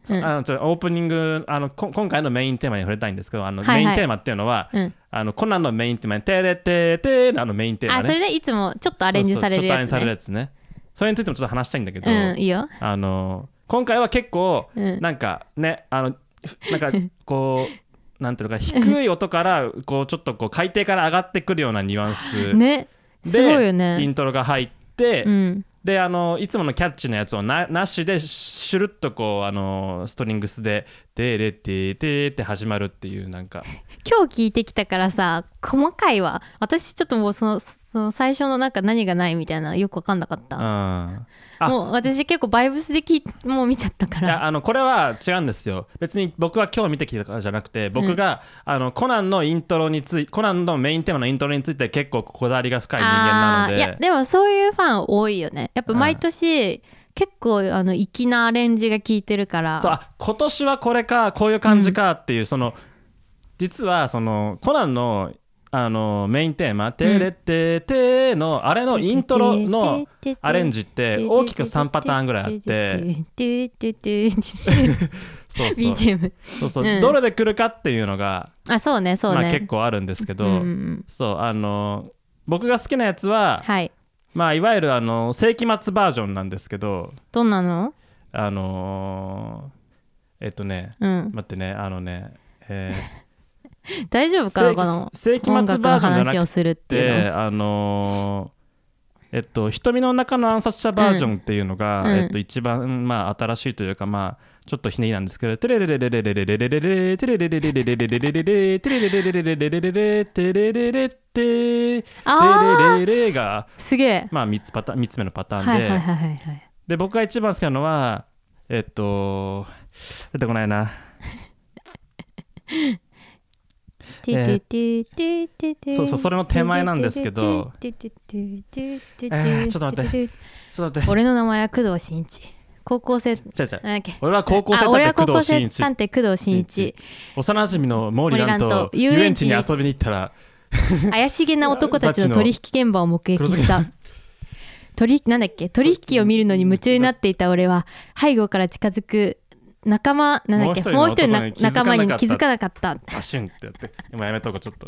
S1: うんうん
S2: あのちょオープニングあのこ今回のメインテーマに触れたいんですけどあの、
S1: はいはい
S2: メインテーマっていうのは、あのコナンのメインテーマに「テレテテ」のあのメインテーマ
S1: あそ
S2: ね
S1: れでいつもちょっとアレンジされるやつね
S2: そうそうちょっとアレンジされるやつねそれについてもちょっと話したいんだけど、
S1: うんいいよ
S2: あの今回は結構、
S1: うん
S2: なんかねあのなん かこうなんていうのか低い音からこうちょっとこう海底から上がってくるようなニュアンス
S1: ね
S2: です
S1: ごいよ
S2: イ
S1: ね
S2: ントロが入って、
S1: うん
S2: であのいつものキャッチのやつをななしでシュルッとこうあのストリングスで「でれてて」って始まるっていうなんか
S1: 今日聞いてきたからさ細かいわ私ちょっともうそのその最初のなんか何がないみたいなのよく分かんなかっ
S2: う
S1: た
S2: ん。あ
S1: もう私結構バイブスで聞いもう見ちゃったか
S2: い
S1: ら
S2: やあのこれは違うんですよ別に僕は今日見てきたからじゃなくて僕が、あのコナンのイントロについコナンのメインテーマのイントロについて結構こだわりが深い人間なの
S1: あーいや
S2: で
S1: でもそういうファン多いよねやっぱ毎年、結構あの粋なアレンジが効いてるから
S2: そうあ今年はこれかこういう感じかっていう、その実はそのコナンのあのメインテーマ「テレッテーテー」のあれのイントロのアレンジって大きく3パターンぐらいあってそうそう
S1: BGM
S2: そうそう、
S1: うん
S2: どれで来るかっていうのが、
S1: あそうねそうね、
S2: まあ、結構あるんですけど、
S1: うんうんうん
S2: そうあの僕が好きなやつは、
S1: はい
S2: まあ、いわゆるあの世紀末バージョンなんですけど
S1: どんなの
S2: あのーえっとね
S1: うん
S2: 待ってねあのね、え
S1: 大丈夫
S2: ー
S1: かなこの
S2: 世紀世
S1: 音
S2: 紀末
S1: 楽
S2: バ
S1: の
S2: ージョンじゃな
S1: 話を
S2: く
S1: するっていうの
S2: てあのーえっと瞳の中の暗殺者バージョンっていうのが、
S1: うん
S2: えっと、一番、まあ、新しいというかまあちょっとひねりなんですけど、テレレレレレレレレレレレテレレレレレレレレレレレテレレレレレレレレレレテレレレテ
S1: あ
S2: レレレレが、
S1: ーすげえ
S2: まあ、3つパターン三つ目のパターンで、
S1: はいはいはいはいはい
S2: で僕が一番好きなのはえっと出てこないな
S1: てててててて
S2: そうそうそれの手前なんですけど
S1: てててててて
S2: えーちょっと待ってちょっと待って
S1: 俺の名前は工藤新一高校生
S2: 違う違う
S1: なんだっけ
S2: 俺は高校生
S1: あ俺は
S2: 探偵
S1: 高
S2: 工
S1: 校
S2: 藤新
S1: 生
S2: 一
S1: 探偵工藤新一
S2: 幼馴染の毛
S1: 毛
S2: 利蘭
S1: 利蘭
S2: と
S1: と
S2: 遊園地に
S1: 遊園地
S2: 遊びに行ったら
S1: 怪しげな男たちの取引現場を目撃した取引なんだっけ取引を見るのに夢中になっていた俺は背後から近づく仲間なんだっけも
S2: も
S1: う
S2: う
S1: 一
S2: 一
S1: 人
S2: 人の
S1: の
S2: 男に気づかなかった
S1: 仲間に気づかなかった
S2: パシュンってやって今やめとこうちょっと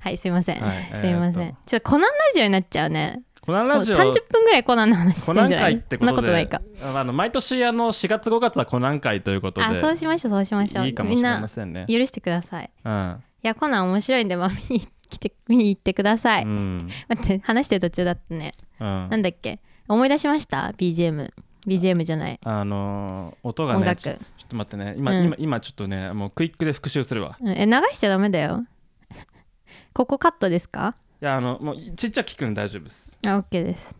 S1: はいすいません、
S2: はい
S1: すいません、
S2: えーっ
S1: ちょっとコナンラジオになっちゃうね
S2: コナンラジオ
S1: もう30分ぐらいコナンの話して
S2: コ
S1: ん
S2: ナン
S1: じゃな
S2: 会
S1: い
S2: って
S1: そ
S2: こ
S1: んな
S2: と
S1: ことな
S2: で
S1: いか
S2: あの毎年あの4月5月はコナン会ということで
S1: あそうしましょうそうしましょう
S2: いいかも
S1: み
S2: し
S1: ん
S2: れ
S1: な
S2: ませんね
S1: 許してください
S2: うん
S1: いやコナン面白いんで、まあ、見に来て見に行ってください、
S2: うん
S1: 待って話してる途中だったね、
S2: うん
S1: なんだっけ思い出しました BGM BGM じゃない
S2: あのー音が
S1: 音
S2: ね
S1: 楽
S2: ちょちょっと待ってね今
S1: うん
S2: 今今ちょっとねもうクイックで復習するわ
S1: うんえ流しちゃダメだよ ここカットですか
S2: いやあのもうちっちゃく聞くんで大丈夫です
S1: あ OK です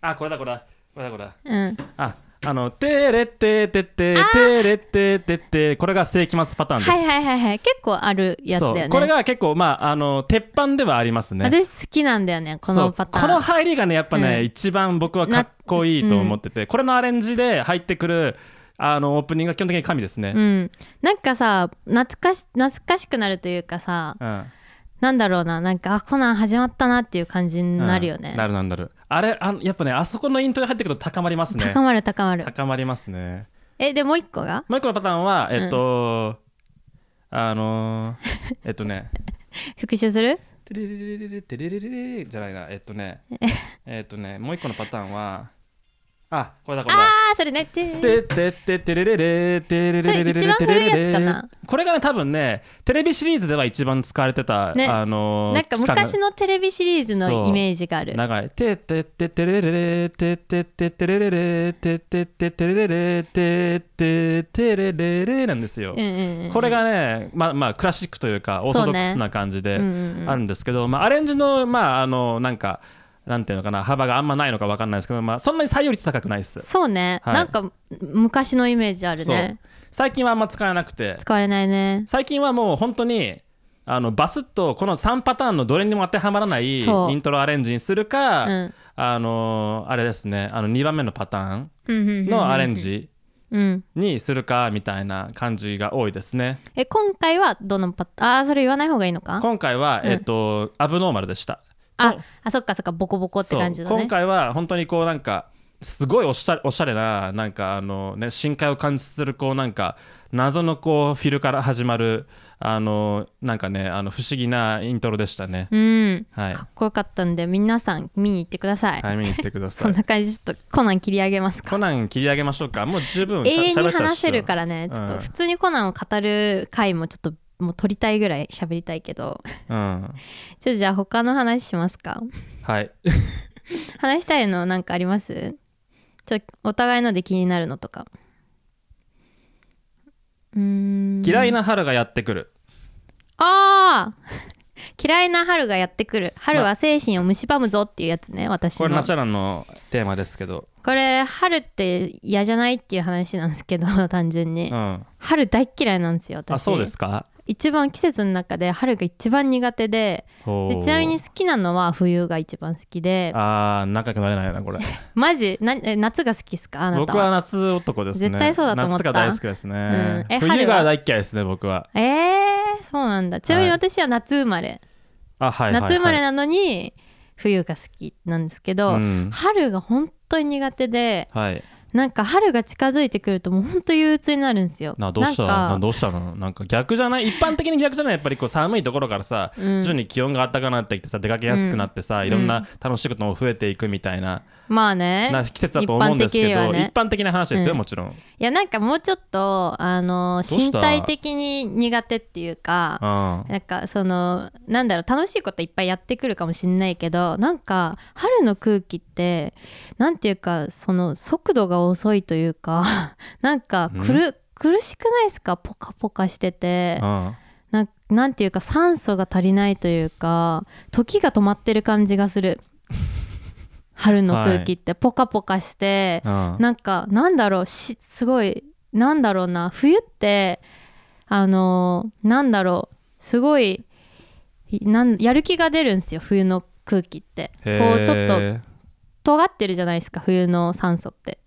S2: あ、これだこれだ。これだこれだ。
S1: うん
S2: あ、あの、てれっててて、てれっててて、これが世紀末パターンです。
S1: はいはいはいはい結構あるやつだよ
S2: そ
S1: ね
S2: うこれが結構、まあ、あの、鉄板ではありますね。
S1: 私好きなんだよねこ
S2: そ
S1: の
S2: う
S1: パターン
S2: この入りがねやっぱね、
S1: うん
S2: 一番僕はかっこいいと思ってて、これのアレンジで入ってくるあのオープニングが基本的に神ですね
S1: う、ん、なんかさ懐かし懐かしくなるというかさ
S2: うん
S1: なんだろうななんかあコナン始まったなっていう感じになるよね
S2: うん、なるなるなるあれあのやっぱねあそこのイントロに入ってくると高まりますね
S1: 高まる高まる
S2: 高まりますね
S1: えでもう一個が
S2: もう一個のパターンはえっと、あのーえっ とね
S1: 復習する
S2: 「テレレレレレテレレレレ」じゃないなえっとねえっとねもう一個のパターンはあこれだこれだ
S1: ああそれねて
S2: てってっててれれれてれれれれれ
S1: それ一番
S2: てれれれ
S1: 古いやつかな
S2: これがね多分ねテレビシリーズでは一番使われてた、
S1: ね
S2: あのー
S1: なんか
S2: 期間が
S1: 昔のテレビシリーズ
S2: そう
S1: のイメージがある
S2: 長い「てってっててれれれてってっててれれれてってっててれれれてっててれれれ」なんですよ、
S1: うんうんうん
S2: これがねまあまあクラシックというかオーソドックスな感じで
S1: うんうんうん
S2: あるんですけど、まあ、アレンジのまああのなんかなんていうのかな幅があんまないのかわかんないですけど、まあ、そんなに採用率高くないです
S1: そうね、
S2: はい
S1: なんか昔のイメージあるね
S2: 最近はあんま使えなくて
S1: 使われないね
S2: 最近はもう本当にあのバスッとこの3パターンのどれにも当てはまらないイ
S1: そう
S2: ントロアレンジにする
S1: う
S2: か、
S1: ん
S2: あのあれですねあの2番目のパターン
S1: うんうんうん
S2: のアレンジ
S1: うん
S2: にするかみたいな感じが多いですね
S1: え今回はどのパあーそれ言わない方がいいのか
S2: 今回は、
S1: うん
S2: えっとアブノーマルでした
S1: ああそっかそっかボコボコって
S2: そう
S1: 感じだね
S2: 今回は本当にこうなんかすごいおしゃれおしゃれななんかあの、ね、深海を感じするこうなんか謎のこうフィルから始まるあのなんかねあの不思議なイントロでしたね、
S1: うん
S2: はい
S1: かっこよかったんで皆さん見に行ってください、
S2: はい、見に行ってくだ
S1: そ
S2: さ
S1: ん
S2: い
S1: な感じちょっとコナン切り上げます
S2: コ
S1: か
S2: ナン切り上げましょうかもう十分
S1: 永
S2: しゃ
S1: 遠
S2: 喋
S1: に
S2: ったっしょ
S1: 話せるからねちょっ
S2: うん
S1: と普通にコナンを語る回もちょっともう撮りたいぐらい喋りたいけど
S2: うん
S1: ちょっとじゃあ他の話しますか
S2: はい
S1: 話したいのなんかありますちょお互いので気になるのとかうーん
S2: 嫌いな春がやってくる、
S1: あー 嫌いな春がやってくる春は精神を蝕むぞっていうやつね私
S2: こ
S1: の
S2: れナチャラのテーマですけど、
S1: これ春って嫌じゃないっていう話なんですけど単純に、
S2: うん、あ
S1: 春大っ嫌いなんですよ私
S2: そうですか
S1: 一番季節の中で春が一番苦手で
S2: ほ
S1: で
S2: う
S1: ちなみに好きなのは冬が一番好きで
S2: あー仲良くなれないなこれ
S1: マジなえ夏が好きですかあなた
S2: 僕は夏男ですね
S1: 絶対そうだと思った
S2: 夏が大好きですね、
S1: うんえ
S2: 冬
S1: 春
S2: が
S1: は
S2: 大嫌いですね僕は
S1: えー、そうなんだちなみに私は夏生まれ、
S2: あはいはい、はい、
S1: 夏生まれなのに冬が好きなんですけど、
S2: うん
S1: 春が本当に苦手で
S2: はい
S1: なんか春が近づいてくるともう本当憂鬱になるんですよ
S2: などうした
S1: なんか
S2: などうしたのなんか逆じゃない一般的に逆じゃないやっぱりこう寒いところからさ、
S1: うん
S2: 徐々に気温が暖かくなってきてさ出かけやすくなってさ、
S1: ん
S2: いろんな楽しいことも増えていくみたいな,、
S1: まあね
S2: な季節だと思うんですけど
S1: 一般的にはね
S2: 一般的な話です
S1: う
S2: よ、
S1: ん
S2: もちろん、
S1: いやなんかもうちょっとあの
S2: どうし
S1: 身
S2: た
S1: 体的に苦手っていうか
S2: うん、
S1: なんかそのなんだろう楽しいこといっぱいやってくるかもしんないけどなんか春の空気ってなんていうかその速度が遅いというか なんかくる苦しくないですかポカポカしてて
S2: うん
S1: なんなんていうか酸素が足りないというか時が止まってる感じがする春の空気ってポカポカして、
S2: うん
S1: なんかなんだろうしすごいなんだろうな冬ってあのーなんだろうすごいいなんやる気が出るんですよ冬の空気ってこ
S2: へー
S1: うちょっと尖ってるじゃないですか冬の酸素って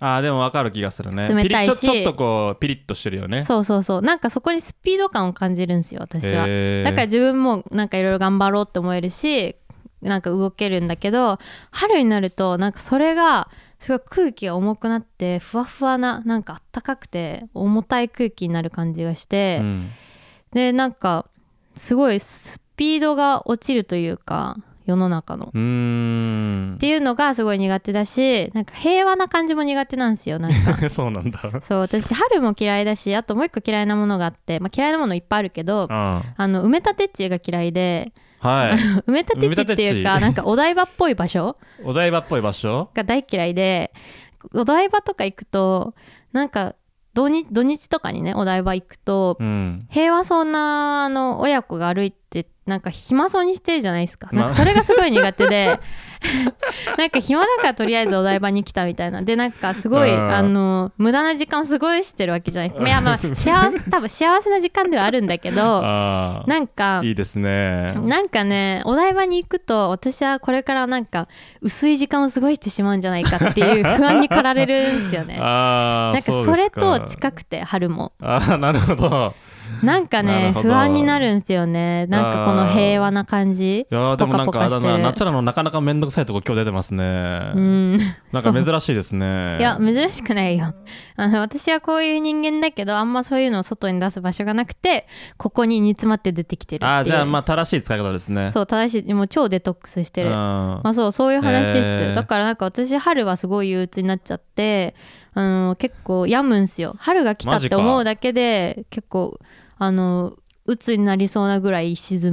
S2: あーでも分かる気がするね
S1: 冷たいし
S2: ピリちょちょっとこうピリッとしてるよね
S1: そうそうそうなんかそこにスピード感を感じるんですよ私は
S2: へー
S1: だから自分もなんかいろいろ頑張ろうって思えるしなんか動けるんだけど春になるとなんかそれがすごい空気が重くなってふわふわななんかあったかくて重たい空気になる感じがして、
S2: うん
S1: でなんかすごいスピードが落ちるというか世の中の。
S2: うーん
S1: っていうのがすごい苦手だしなんか平和な感じも苦手なんですよなん か
S2: そうなん だ
S1: そう私春も嫌いだしあともう一個嫌いなものがあって、まあ、嫌いなものいっぱいあるけど
S2: うん
S1: あの埋め立て地が嫌いで
S2: はい
S1: 埋め立て地って
S2: 埋め
S1: いう
S2: 立て
S1: か
S2: 地
S1: なんかお台場っぽい場 所
S2: お台場っぽい場所
S1: が大嫌いでお台場とか行くとなんか土日土日とかにねお台場行くと
S2: うん
S1: 平和そうなあの親子が歩いてなんか暇そうにしてるじゃないですか
S2: ま
S1: なん
S2: あ
S1: かそれがすごい苦手 でなんか暇だからとりあえずお台場に来たみたいなでなんかすごい
S2: あー
S1: あの無駄な時間すごいしてるわけじゃないですかいやまあ幸せ多分幸せな時間では あるんだけど
S2: ああ
S1: なんか
S2: いいですね
S1: なんかねお台場に行くと私はこれからなんか薄い時間を過ごしてしまうんじゃないかって いう不安に駆られるんですよね。
S2: ああ
S1: なんか
S2: う
S1: そ
S2: です
S1: れと近くて春も
S2: ああなるほど
S1: なんか
S2: なる
S1: ね
S2: ほど
S1: 不安になるんですよねなんかこの平和な感じ
S2: いやーでもなん
S1: ポ
S2: か
S1: カ
S2: あ
S1: ポカし
S2: れだ
S1: てる
S2: なナチュラのなかなかめんどくさいとこ今日出てますね、
S1: うん
S2: なんか
S1: そう
S2: 珍しいですね
S1: いや珍しくないよあの私はこういう人間だけどあんまそういうのを外に出す場所がなくてここに煮詰まって出てきてるっていう
S2: あーじゃあまあ正しい使い方ですね
S1: そう正しいもう超デトックスしてる
S2: うん
S1: まあそうそういう話です、
S2: へー
S1: だからなんか私春はすごい憂鬱になっちゃってあの結構病むんすよ春が来た
S2: マ
S1: っ
S2: ジ
S1: て
S2: か
S1: 思うだけで結構あの鬱になりそうなぐらい沈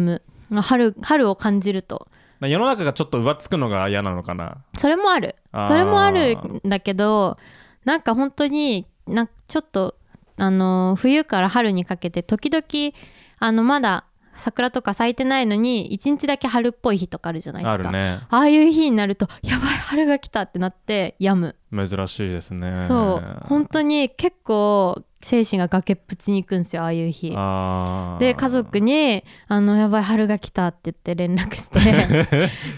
S1: む春春を感じると
S2: まあ世の中がちょっと浮つくのが嫌なのかな
S1: それもある
S2: あー
S1: それもあるんだけどなんか本当になんかちょっとあの冬から春にかけて時々あのまだ桜とか咲いてないのに一日だけ春っぽい日とかあるじゃないで
S2: あ
S1: すか
S2: るね
S1: ああいう日になるとやばい春が来たってなって病む、
S2: 珍しいですね
S1: そう本当に結構精神が崖っぷちに行くんですよああいう日
S2: あー
S1: で家族に「あのやばい春が来た」って言って連絡 し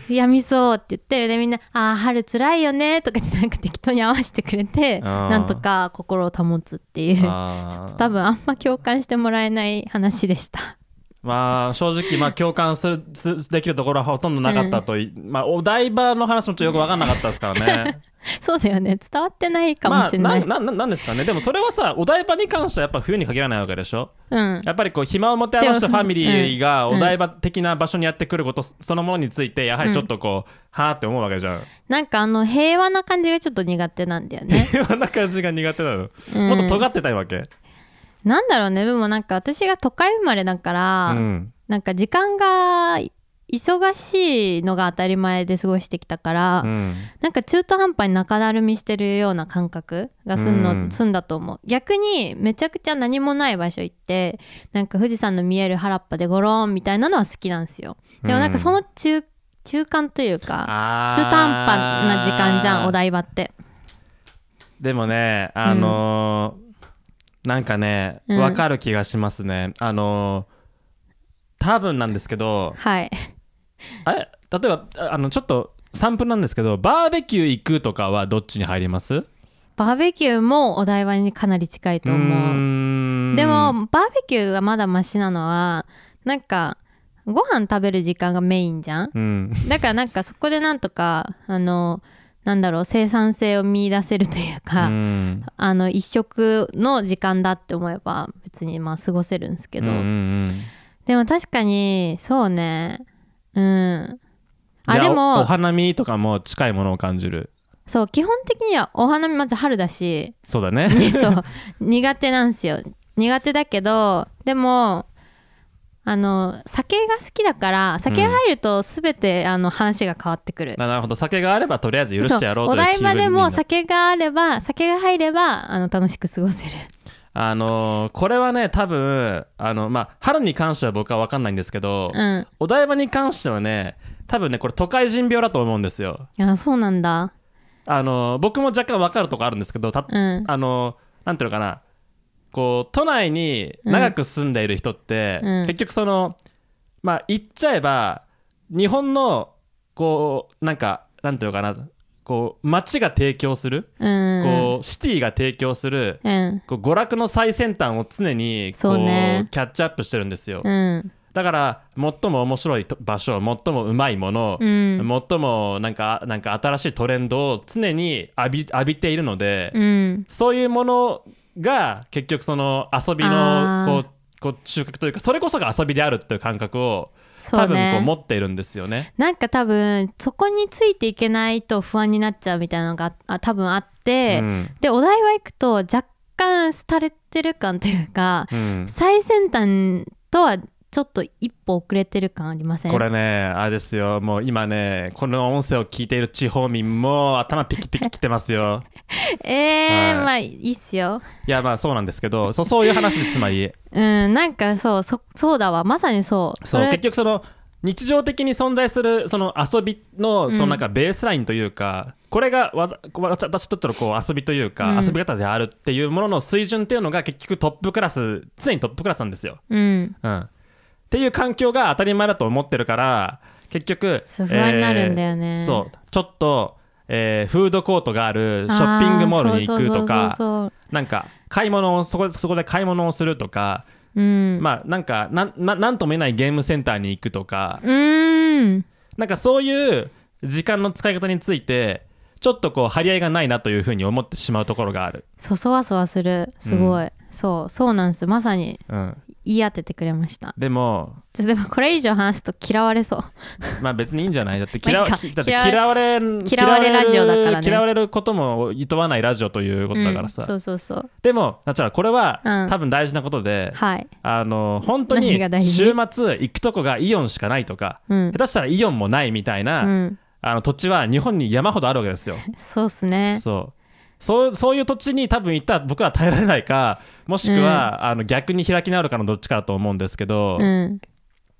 S1: て「やみそう」って言ってでみんな「ああ春つらいよね」とかってなんか適当に合わせてくれて
S2: あー
S1: なんとか心を保つっていう
S2: あー
S1: 多分あんま共感してもらえない話でした
S2: まあ正直まあ共感するすできるところはほとんどなかったとい、まあお台場の話もちょっとよく分かんなかったですからね
S1: そうだよね伝わってない かもしれない、
S2: まあ、なななんですかねでもそれはさお台場に関してはやっぱ冬に限らないわけでしょ
S1: うん
S2: やっぱりこう暇を持て余し
S1: で
S2: たフ
S1: も
S2: ァミリーが
S1: うん
S2: お台場的な場所にやってくることそのものについてやはりちょっとこう、はあって思うわけじゃん
S1: なんかあの平和な感じがちょっと苦手なんだよ ね
S2: 平和な感じが苦手なの、
S1: うん
S2: もっと尖ってたいわけ
S1: なんだろうねでもなんか私が都会生まれだから、
S2: うん
S1: なんか時間が忙しいのが当たり前で過ごしてきたから、
S2: うん
S1: なんか中途半端に中だるみしてるような感覚がすんの、
S2: うん
S1: すんだと思う逆にめちゃくちゃ何もない場所行ってなんか富士山の見える原っぱでゴロンみたいなのは好きなんですよでもなんかその中中間というか中
S2: 中
S1: 途半端な時間じゃんお台場って
S2: でもねあのーなんかね
S1: うん
S2: わかる気がしますね、あのー多分なんですけど
S1: はい
S2: あれ例えばああのちょっと散分なんですけどバーベキュー行くとかはどっちに入ります
S1: バーベキューもお台場にかなり近いと思う
S2: う
S1: でもバーベキューがまだマシなのはなんかご飯食べる時間がメインじゃん
S2: うん
S1: だからなんかそこでなんとかあのなんだろう生産性を見出せるというか、
S2: うん
S1: あの一食の時間だって思えば別にまあ過ごせるんですけど、
S2: うんうんうん
S1: でも確かにそうねうんあ
S2: じゃ
S1: で
S2: おお
S1: も
S2: 花見とかも近いものを感じる
S1: そう基本的にはお花見まず春だし
S2: そうだ ね
S1: ねそう苦手なんですよ苦手だけどでもあの酒が好きだから酒が入ると全て、あの話が変わってくる
S2: ななるほど酒があればとりあえず許してやろう
S1: そ
S2: と
S1: お
S2: いう
S1: 台
S2: 気分
S1: 場
S2: に
S1: で
S2: な
S1: も
S2: る
S1: 酒があれば酒が入ればあの楽しく過ごせる
S2: あのーこれはね多分あのまあ春に関しては僕は分かんないんですけど、
S1: うん
S2: お台場に関してはね多分ねこれ都会人病だと思うんですよ
S1: いやそうなんだ
S2: あの僕も若干分かるとこあるんですけどた、
S1: うん
S2: あのなんていうのかなこう都内に長く住んでいる人って、
S1: うん
S2: 結局そのまあ言っちゃえば日本のこうなんかなんていうのかなこう街が提供する、
S1: うん
S2: こうシティが提供する
S1: うん
S2: こう娯楽の最先端を常にこ
S1: そううね
S2: キャッチアップしてるんですよ、
S1: うん
S2: だから最も面白いと場所最もうまいもの、
S1: うん
S2: 最もなんかなんか新しいトレンドを常に浴び浴びているので、
S1: うん
S2: そういうものが結局その遊び
S1: あ
S2: の
S1: ー
S2: こうこう収穫というかそれこそが遊びであるっていう感覚を
S1: そ
S2: 多
S1: う
S2: 分こう
S1: ね
S2: 持っているんですよね。
S1: なんか多分そこについていけないと不安になっちゃうみたいなのがあ多分あって、
S2: うん
S1: でお台場行くと若干廃れてる感というか、
S2: うん
S1: 最先端とはちょっと一歩遅れてる感ありません
S2: これねあれですよもう今ねこの音声を聞いている地方民も頭ピキピキきてますよ
S1: えー
S2: はい
S1: まあいいっすよ
S2: いやまあそうなんですけどそそういう話でつまり
S1: うんなんかそうそそうだわまさにそう
S2: そう
S1: れ
S2: 結局その日常的に存在するその遊びの
S1: うん
S2: そのなんかベースラインというか、これがわわ私とってのこう遊びというか、
S1: うん
S2: 遊び方であるっていうものの水準っていうのが結局トップクラス常にトップクラスなんですよ。
S1: うん
S2: うん、っていう環境が当たり前だと思ってるから結局
S1: そう不安になるんだよね
S2: えーそうちょっと、えーフードコートがあるショッピングモールに行く
S1: あ
S2: と
S1: ー
S2: か
S1: そうそうそうそうそう
S2: なんか買い物をそこそこで買い物をするとか
S1: うん
S2: まあなんかなんななんとも言えないゲームセンターに行くとか
S1: うーん
S2: なんかそういう時間の使い方についてちょっとこう張り合いがないなというふうに思ってしまうところがある、
S1: そうそわそわするすごい、そうそうなんですまさに
S2: うん、
S1: 言い当ててくれました
S2: でも
S1: ちょっとでもこれ以上話すと嫌われそう
S2: まあ別にいいんじゃないだって
S1: まあ
S2: 嫌わ
S1: いいか
S2: だって
S1: 嫌われ
S2: 嫌われん
S1: 嫌われラジオだからね
S2: 嫌われることもいとわないラジオということだからさ、
S1: うんそうそうそう
S2: でもなっちゃんこれは、
S1: うん
S2: 多分大事なことで
S1: はい
S2: あの本当に
S1: 何が大事
S2: 週末行くとこがイオンしかないとか
S1: うん
S2: 下手したらイオンもないみたいな、
S1: うん
S2: あの土地は日本に山ほどあるわけですよ
S1: そうっすね
S2: そうそうそういう土地に多分行ったら僕ら耐えられないかもしくは、あの逆に開き直るかのどっちかだと思うんですけど、
S1: うん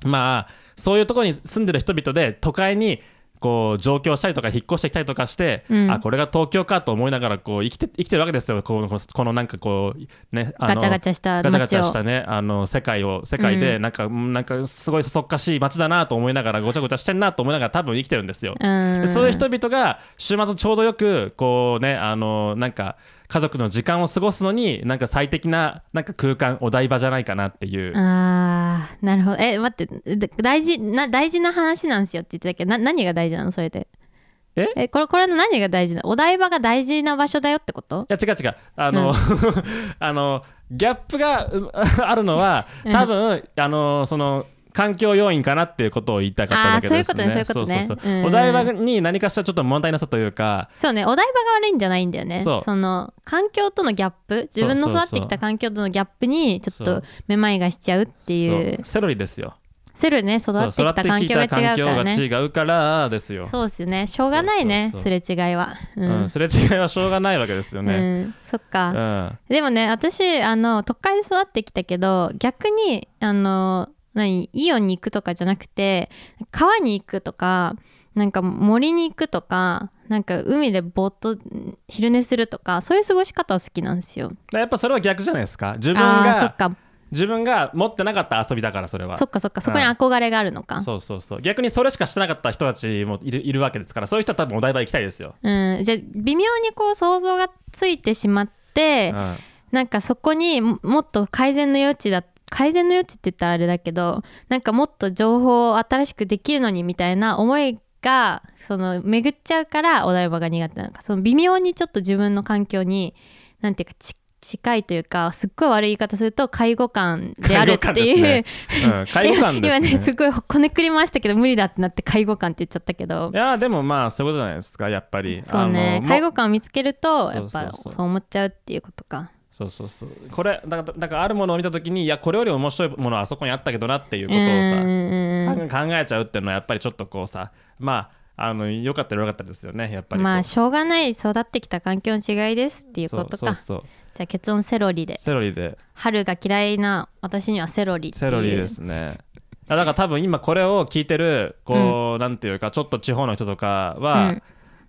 S2: まあそういうところに住んでる人々で都会にこう上京したりとか引っ越してきたりとかして、
S1: うん
S2: あこれが東京かと思いながらこう生きて生きてるわけですよこのこのこのなんかこうねあの
S1: ガチャガチャした
S2: ガチャガチ
S1: 街
S2: ャ
S1: を
S2: したねあの世界を世界でなんか、うんなんかすごいそそっかしい街だなと思いながらごちゃごちゃしてんなと思いながら多分生きてるんですよ。
S1: う
S2: で
S1: ん
S2: そういう人々が週末ちょうどよくこうねあのなんか家族の時間を過ごすのになんか最適ななんか空間お台場じゃないかなっていう、
S1: あーなるほどえ待ってで大事な大事な話なんですよって言ってたけどな何が大事なのそれで
S2: え
S1: これこれの何が大事なのお台場が大事な場所だよってこと
S2: いや違う違うあの、
S1: う
S2: あのギャップがう あるのは
S1: うん
S2: 多分、あのその環境要因かなっていうことを言いたかっただけですね。
S1: あーそういうことねそういうことね
S2: そうそうそ
S1: う
S2: う
S1: ん
S2: お台場に何かしらちょっと問題なさというか、
S1: そうねお台場が悪いんじゃないんだよね
S2: そ
S1: そうの環境とのギャップ自分の
S2: そうそう
S1: 育
S2: そう
S1: ってきた環境とのギャップにちょっ
S2: そ
S1: と
S2: う
S1: めまいがしちゃうってい
S2: そううセロリですよ。
S1: セルね育
S2: そう
S1: ってきた環境が違うからね
S2: 育ってきた環境が違うからですよ。
S1: そうですねしょうがないね
S2: そう
S1: す
S2: そ
S1: れ違いはう
S2: うんん、すれ違いはしょうがないわけですよね。
S1: うんそっ
S2: う
S1: か
S2: ん、うん
S1: でもね私あの都会で育ってきたけど逆にあの何イオンに行くとかじゃなくて川に行くとかなんか森に行くとかなんか海でぼーっとん昼寝するとかそういう過ごし方は好きなんですよ。
S2: やっぱそれは逆じゃないですか。自分
S1: あーそっ
S2: が
S1: か
S2: 自分が持ってなかった遊びだからそれは
S1: そ。っかそっかそこに憧れがあるのか。
S2: そうそうそう。逆にそれしかしてなかった人たちもいるいるわけですから、そういう人は多分お台場行きたいですよ。
S1: うん、じゃあ微妙にこう想像がついてしまって、
S2: うん
S1: なんかそこにももっと改善の余地だ改善の余地って言ったらあれだけどなんかもっと情報を新しくできるのにみたいな思いがその巡っちゃうからお台場が苦手なのかその微妙にちょっと自分の環境になんていうかち近いというかすっごい悪い言い方すると介護感であるっていう、
S2: うん、介護官
S1: 今
S2: です、ね、
S1: 今ねすごいこねくり回したけど無理だってなって介護感って言っちゃったけど
S2: いやでもまあそういうことじゃないですかやっぱり
S1: そうね
S2: あの
S1: 介護感を見つけると
S2: そう
S1: や
S2: そう
S1: っ
S2: そう
S1: ぱそう思っちゃうっていうことか
S2: そうそうそうこれだからだからあるものを見た時にいやこれより面白いものはあそこにあったけどなっていうこと
S1: うん
S2: を
S1: うんうんうん
S2: さ、考えちゃうっていうのはやっぱりちょっとこうさまああの良かったら良かったですよねやっぱりこう
S1: まあしょうがない育ってきた環境の違いですっていうことか
S2: そうそうそう
S1: じゃあ結論セロリで
S2: セロリで
S1: 春が嫌いな私にはセロリっていう
S2: セロリですねあだから多分今これを聞いてるこう、なんていうかちょっと地方の人とかは、
S1: うん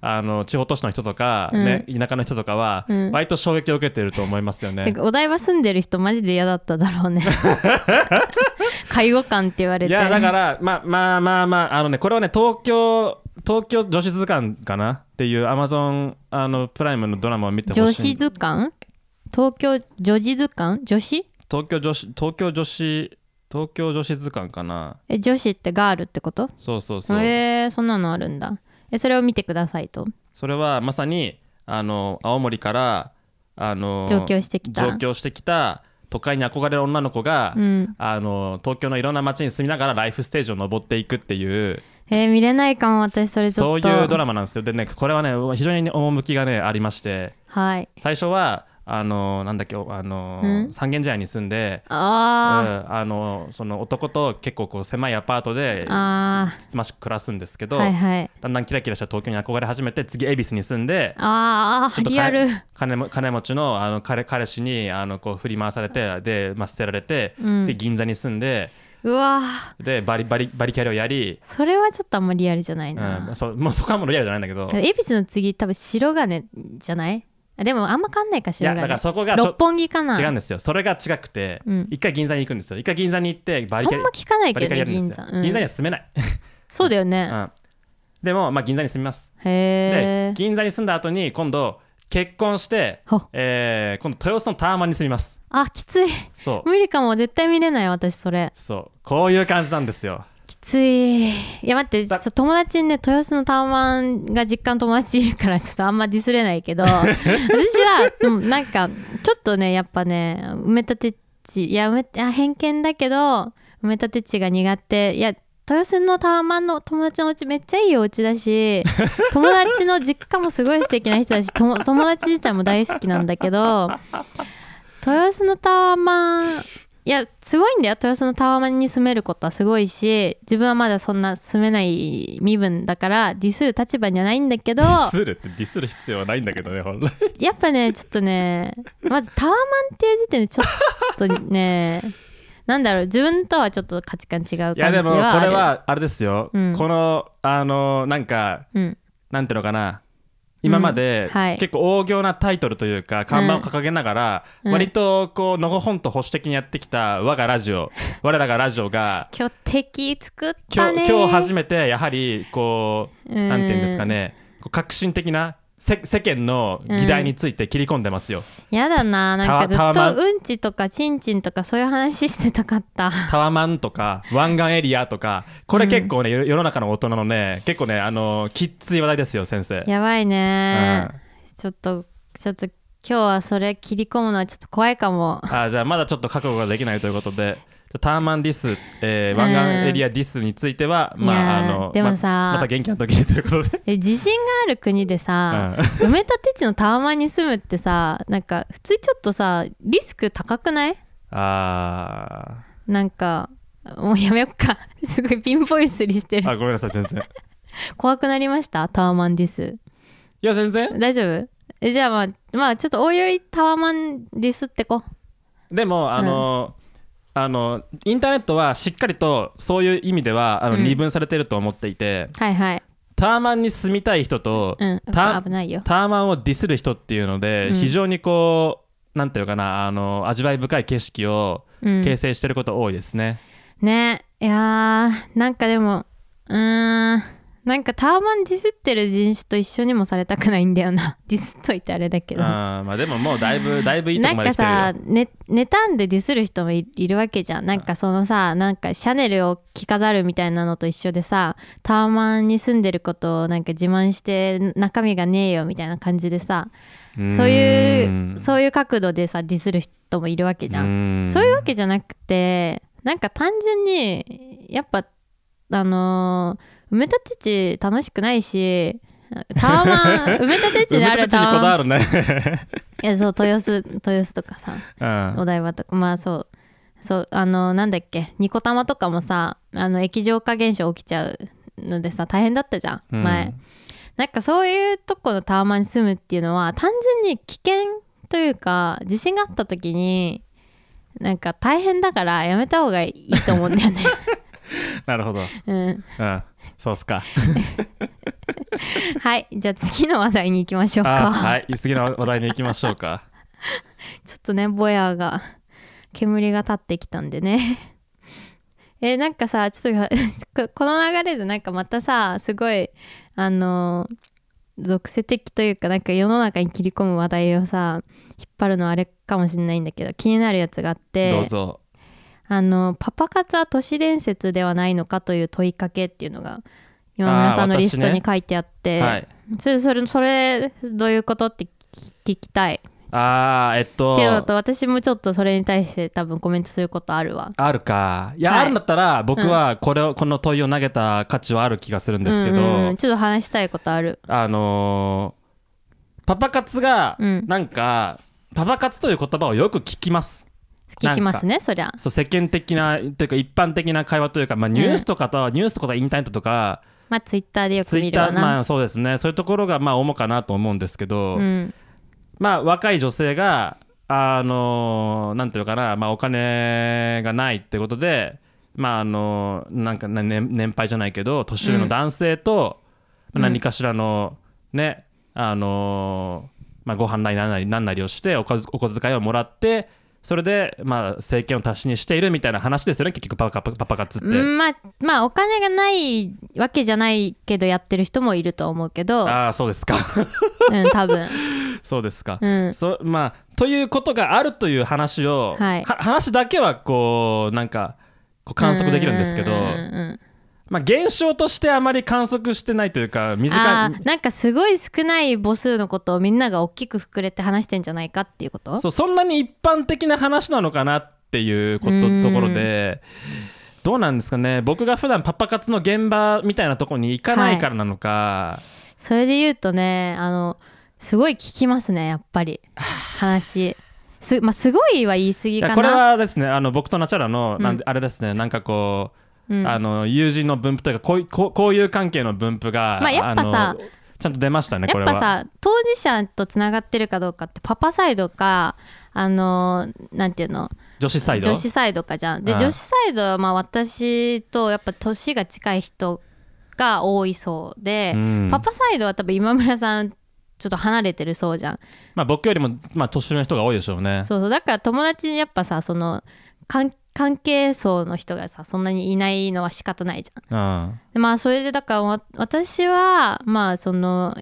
S2: あの地方都市の人とか、
S1: うん
S2: ね、田舎の人とかは、
S1: うん
S2: 割と衝撃を受けてると思いますよね
S1: てかお台場住んでる人マジで嫌だっただ ろうね介護官って言われ
S2: い
S1: て
S2: やだからまあまあまあまああのねこれはね東京東京女子図鑑かなっていうアマゾンあのプライムのドラマを見てほ
S1: 女
S2: し
S1: 子
S2: い
S1: 図鑑東京女子図鑑女子
S2: 東京女子東京女子東京女子図鑑かな
S1: え女子ってガールってこと
S2: そうそうそう、
S1: えー、そんなのあるんだえそれを見てくださいと
S2: それはまさにあの青森からあの
S1: 上京してきた
S2: 上京してきた都会に憧れる女の子が、
S1: うん
S2: あの東京のいろんな街に住みながらライフステージを登っていくっていう
S1: えー見れないかも私それち
S2: そ
S1: ょ
S2: う
S1: っと
S2: いうドラマなんですよでねこれはね非常に趣がねありまして
S1: はい
S2: 最初はあのなんだっけあの、
S1: うん
S2: 三軒茶屋に住んで、うん
S1: あー、
S2: あのその男と結構こう狭いアパートで
S1: あ
S2: つつましく暮らすんですけ
S1: ー
S2: ど、
S1: はいはい
S2: だんだんキラキラした東京に憧れ始めて次恵比寿に住んで
S1: あ
S2: ちょ
S1: あ
S2: っと
S1: リアル
S2: 金も金持ちのあの彼彼氏にあのこう振り回されてで、まあ、捨てられて、
S1: うん
S2: 次銀座に住んで
S1: うわー
S2: でバリバリバリキャリをやり、
S1: それはちょっとあんまリアルじゃない
S2: うん、
S1: な、
S2: そうもうそこはもうリアルじゃないんだけど
S1: 恵比寿の次多分白金じゃないあでもあんま変わんないか
S2: い
S1: 白
S2: やだか
S1: 金
S2: らそこがちょ
S1: 六本木かな
S2: 違うんですよそれが違くて、
S1: うん
S2: 一回銀座に行くんですよ一回銀座に行ってバリキ
S1: あん
S2: ャリ
S1: ま聞かない
S2: バ
S1: け
S2: リ
S1: ど
S2: カリ
S1: ね
S2: やるん
S1: 銀
S2: です
S1: 座
S2: よ、
S1: うん
S2: 銀座には住めない、
S1: そうだよね、
S2: うんでも、まあ、銀座に住みます
S1: へ
S2: で
S1: え
S2: 銀座に住んだ後に今度結婚して
S1: ほ、
S2: えー今度豊洲のタワマンに住みます
S1: あきつい
S2: そう
S1: 無理かも絶対見れない私それ
S2: そうこういう感じなんですよ
S1: きついいや待ってちょ
S2: さ
S1: っと友達にね豊洲のタワマンが実家の友達いるから ちょっとあんまディスれないけど私はでもなんかちょっとねやっぱね埋め立て地いや埋めあ偏見だけど埋め立て地が苦手いや豊洲のタワマンの友達のお家めっちゃいいお家だし友達の実家もすごい素敵な人だしとも友達自体も大好きなんだけど豊洲のタワマンいやすごいんだよ豊洲のタワマンに住めることはすごいし自分はまだそんな住めない身分だからディスる立場じゃないんだけど
S2: デ
S1: や
S2: ィスるってディスる必要はないんだけどね本来
S1: っぱねちょっとねまずタワマンっていう時点でちょっとねなんだろう自分とはちょっと価値観違う感
S2: い
S1: じはあ
S2: や
S1: る
S2: でもこれはあれですよ、
S1: うん
S2: このあのなんか
S1: うん
S2: なんていうのかな今ま
S1: う
S2: で
S1: んはい
S2: 結構大行なタイトルというか看板を掲げながら
S1: うん
S2: 割とこうのほほんと保守的にやってきた我がラ ジオ我らがラジオが
S1: 今日敵作っ
S2: 今
S1: たね
S2: 日今日初めてやはりこ
S1: う
S2: う
S1: ん
S2: なんていうんですかねこう革新的な世世間の議題について切り込んでますよ、
S1: やだななんかず
S2: タワタワ
S1: っ
S2: マン
S1: とうんちとかちんちんとかそういう話してたか った
S2: タワマンとか湾岸エリアとかこれ結構ね、世の中の大人のね結構ねあのきっつい話題ですよ先生
S1: やばいね
S2: うん
S1: ちょっとちょっと今日はそれ切り込むのはちょっと怖いかも
S2: あじゃあまだちょっと覚悟ができないということでじゃあタワーマンディス、えー、湾岸エリアディスについては、
S1: うん
S2: まあ
S1: い
S2: あ
S1: やー
S2: の
S1: でも
S2: ま
S1: さ
S2: また元気な時にというこ とで
S1: え地震がある国でさ、埋め立て地のタワマンに住むってさなんか普通ちょっとさリスク高くない
S2: あ
S1: なんかもうやめよっか すごいピンポイントすりして
S2: ー
S1: る
S2: あごめんなさい先生い
S1: 怖くなりましたタワマンディス
S2: や先生
S1: 大丈夫えじゃあまあまあちょっとおいおいタワマンディスってこ
S2: でもあの、あのインターネットはしっかりとそういう意味ではあの
S1: うん
S2: 二分されてると思っていて、
S1: はいはい
S2: タワーマンに住みたい人と、
S1: うん
S2: タ
S1: 危ないよ
S2: タワマンをディスる人っていうので、
S1: うん
S2: 非常にこうなんていうかなあの味わい深い景色を
S1: うん
S2: 形成してること多いですね、
S1: ねいやーなんかでもうーんなんかタワマンディスってる人種と一緒にもされたくないんだよな ディスっといてあれだけど
S2: あーまあでももうだいぶだいぶいいと
S1: な
S2: こ
S1: ん
S2: ま
S1: か
S2: で来てるよ
S1: さ、ね、妬んでディスる人もいいるわけじゃんなんかそのさなんかシャネルを着飾るみたいなのと一緒でさタワマンに住んでることをなんか自慢して中身がねえよみたいな感じでさそういうそういう角度でさディスる人もいるわけじゃん
S2: ん
S1: そういうわけじゃなくてなんか単純にやっぱあのー埋め立て地楽しくないしタワマン 埋め立て地
S2: 埋
S1: に
S2: め
S1: ある
S2: 立て地
S1: タ
S2: にこ
S1: ワマ
S2: だ
S1: ン
S2: わる ね、
S1: いやそう豊洲豊洲とかさ
S2: うん
S1: お台場とかまあそうそうあのなんだっけニコタマとかもさあの液状化現象起きちゃうのでさ大変だったじゃん前、
S2: うん
S1: なんかそういうとこのタワマンに住むっていうのは単純に危険というか地震があった時になんか大変だからやめた方がいいと思うんだ よね、
S2: なるほど、
S1: うん、
S2: うん、そうっすか
S1: はいじゃあ次の話題に行きましょう
S2: あ
S1: か、
S2: はい次の話題に行きましょうか
S1: ちょっとねぼやが 煙が立ってきたんでね えなんかさちょっと この流れでなんかまたさすごいあの属性的というかなんか世の中に切り込む話題をさ引っ張るのあれかもしれないんだけど気になるやつがあって
S2: どうぞ
S1: あのパパ活は都市伝説ではないのかという問いかけっていうのが今村さんの
S2: あー
S1: リスト
S2: 私ね
S1: に書いてあって、
S2: はい
S1: それそれそれどういうことって聞きたい
S2: あーえっと
S1: っていうのと私もちょっとそれに対して多分コメントすることあるわ
S2: あるかいや、
S1: はい
S2: あるんだったら僕はこれを、この問いを投げた価値はある気がするんですけど、
S1: うんうんうんちょっと話したいことある
S2: あのーパパ活が
S1: うん
S2: なんか、パパ活という言葉をよく聞きます
S1: 聞きますねそりゃ
S2: そう世間的なというか一般的な会話というか、まあ、ニュースとかと、ニュースとかインターネットとか
S1: まあツイッターでよく
S2: ツイ
S1: 見
S2: ッ
S1: る
S2: タ
S1: わ
S2: ー
S1: な、
S2: まあそうですねそういうところがまあ主かなと思うんですけど、
S1: うん
S2: まあ若い女性があのなんていうのかな、まあ、お金がないってことでまああのなんか、ね、年年配じゃないけど年上の男性と
S1: うん
S2: 何かしらのね、あのまあ、ご飯なりなんなりなんなりをしておかずお小遣いをもらってそれでまあ政権を足しにしているみたいな話ですよね結局パパパパ活って。
S1: うんまあまあお金がないわけじゃないけどやってる人もいると思うけど
S2: ああそうですか
S1: うん多分
S2: そうですか、
S1: うん
S2: そまあということがあるという話を、
S1: はい
S2: 話だけはこうなんかこう観測できるんですけど、
S1: ううん
S2: まあ、現象としてあまり観測してないというか身近
S1: あ
S2: に
S1: ーなんかすごい少ない母数のことをみんなが大きく膨れて話してんじゃないかっていうこと
S2: そうそんなに一般的な話なのかなっていうこと
S1: うん
S2: ところでどうなんですかね僕が普段パパ活の現場みたいなところに行かないからなのか、
S1: それで言うとねあのすごい聞きますねやっぱり話す,、まあ、すごいは言い過
S2: い
S1: ぎか
S2: や
S1: な
S2: これはですねあの僕とナチャラの、
S1: うん
S2: なんであれですねなんかこ
S1: う
S2: う、
S1: ん
S2: あの友人の分布というかこういこうこういう関係の分布が、
S1: まあやっぱさ
S2: あのちゃんと出ましたねこ
S1: や
S2: れ
S1: っ
S2: は。
S1: ぱさ当事者とつながってるかどうかってパパサイドかあのなんていうの
S2: 女子サイド
S1: 女子サイドかじゃんで、
S2: うん
S1: 女子サイドはまあ私とやっぱ年が近い人が多いそうで、
S2: うん
S1: パパサイドは多分今村さんちょっと離れてるそうじゃん、
S2: まあ、僕よりも、まあ、年上の人が多いでしょうね。
S1: そうそうだから友達にやっぱさその関関係層の人がさそんなにいないのは仕方ないじゃん
S2: うん
S1: でまあそれでだからわ私はまあその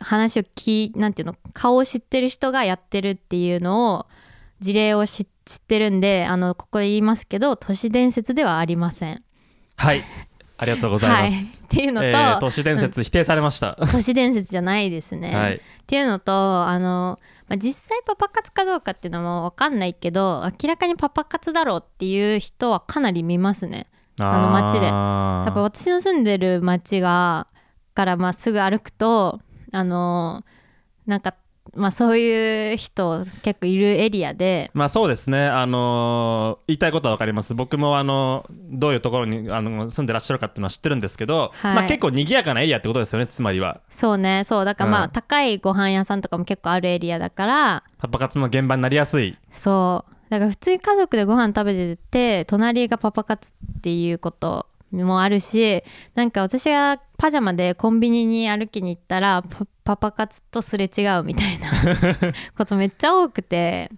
S1: 話を聞いなんていうの顔を知ってる人がやってるっていうのを事例を知知ってるんであのここで言いますけど都市伝説ではありません。
S2: はい、ありがとうございます。
S1: はい、っていうのと、
S2: えー都市伝説否定されました。
S1: 都市伝説じゃないですね。
S2: はい、
S1: っていうのとあの、まあ、実際パパ活かどうかっていうのも分かんないけど明らかにパパ活だろうっていう人はかなり見ますね。あの街で
S2: や
S1: やっぱ私の住んでる町がからまあすぐ歩くとあのなんか、まあ、そういう人結構いるエリアで
S2: まあそうですね、あのー言いたいことは分かります、僕も、あのどういうところに、あの住んでらっしゃるかっていうのは知ってるんですけど、
S1: はい
S2: まあ、結構賑やかなエリアってことですよね、つまりは。
S1: そうねそうだからまあ、
S2: うん
S1: 高いご飯屋さんとかも結構あるエリアだから
S2: パパ活の現場になりやすい。
S1: そうだから普通に家族でご飯食べてて隣がパパ活っていうこともあるしなんか私がパジャマでコンビニに歩きに行ったらパパパ活とすれ違うみたいな ことめっちゃ多くて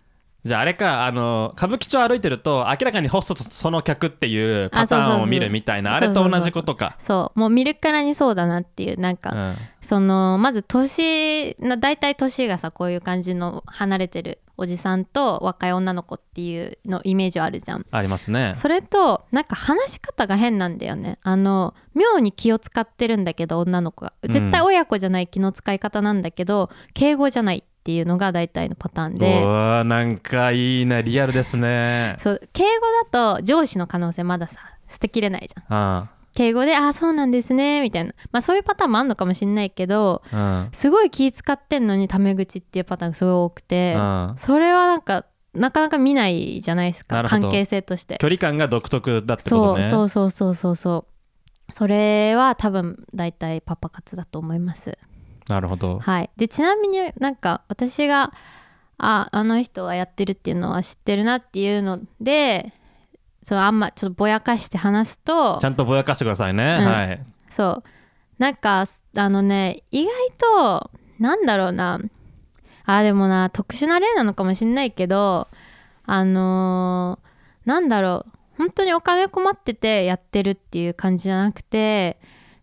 S2: じゃああれか、あの歌舞伎町歩いてると、明らかにホストとその客っていうパタ
S1: あそうそう
S2: ーン
S1: そ
S2: を
S1: う
S2: 見るみたいな、
S1: そ
S2: あ
S1: う
S2: れ
S1: そうそう
S2: と同じことか。
S1: そうもう見るからにそうだなっていうなんか、
S2: うん
S1: そのまず年な大体年がさこういう感じの離れてるおじさんと若い女の子っていうのイメージはあるじゃん。
S2: ありますね。
S1: それとなんか話し方が変なんだよねあの妙に気を使ってるんだけど女の子が
S2: うん
S1: 絶対親子じゃない気の使い方なんだけど、敬語じゃないっていうのが大体のパターン
S2: う
S1: で
S2: わーなんかいいね、リアルですね。
S1: そう敬語だと上司の可能性まださ捨てきれないじゃん
S2: うん
S1: 敬語で「ああそうなんですね」みたいな、まあ、そういうパターンもあんのかもしんないけど
S2: うん
S1: すごい気使ってんのにタメ口っていうパターンがすごい多くて
S2: うん
S1: それはなんかなかなか見ないじゃないです
S2: な
S1: か
S2: るほど
S1: 関係性として
S2: 距離感が独特だってこと
S1: そ
S2: ね。
S1: うそうそうそうそうそうそれは多分大体パパ活だと思います
S2: なるほど。
S1: はいでちなみになんか私がああの人はやってるっていうのは知ってるなっていうのでそうあんまちょっとぼやかして話すと
S2: ちゃんとぼやかしてくださいね。
S1: うん
S2: はい。
S1: そうなんかあのね意外となんだろうなあでもな特殊な例なのかもしんないけどあのーなんだろう本当にお金困っててやってるっていう感じじゃなくて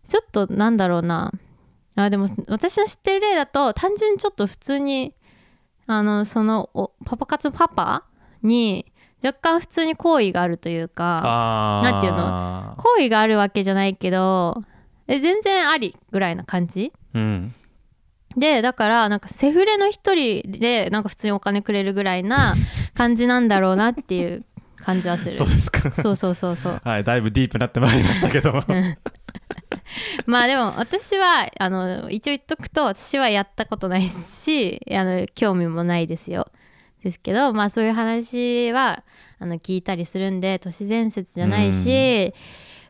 S1: ちょっとなんだろうなあでも私の知ってる例だと単純にちょっと普通にあのそのおパパ活パパに若干普通に好意があるというか
S2: あー
S1: なんていう
S2: の
S1: 好意があるわけじゃないけどえ全然ありぐらいな感じ
S2: うん。
S1: でだからなんかセフレの一人でなんか普通にお金くれるぐらいな感じなんだろうなっていう感じはする
S2: そうですか。
S1: そうそうそうそう
S2: はい、だいぶディープになってまいりましたけども。
S1: まあでも私はあの一応言っとくと私はやったことないし あの興味もないですよですけどまあそういう話はあの聞いたりするんで都市伝説じゃないし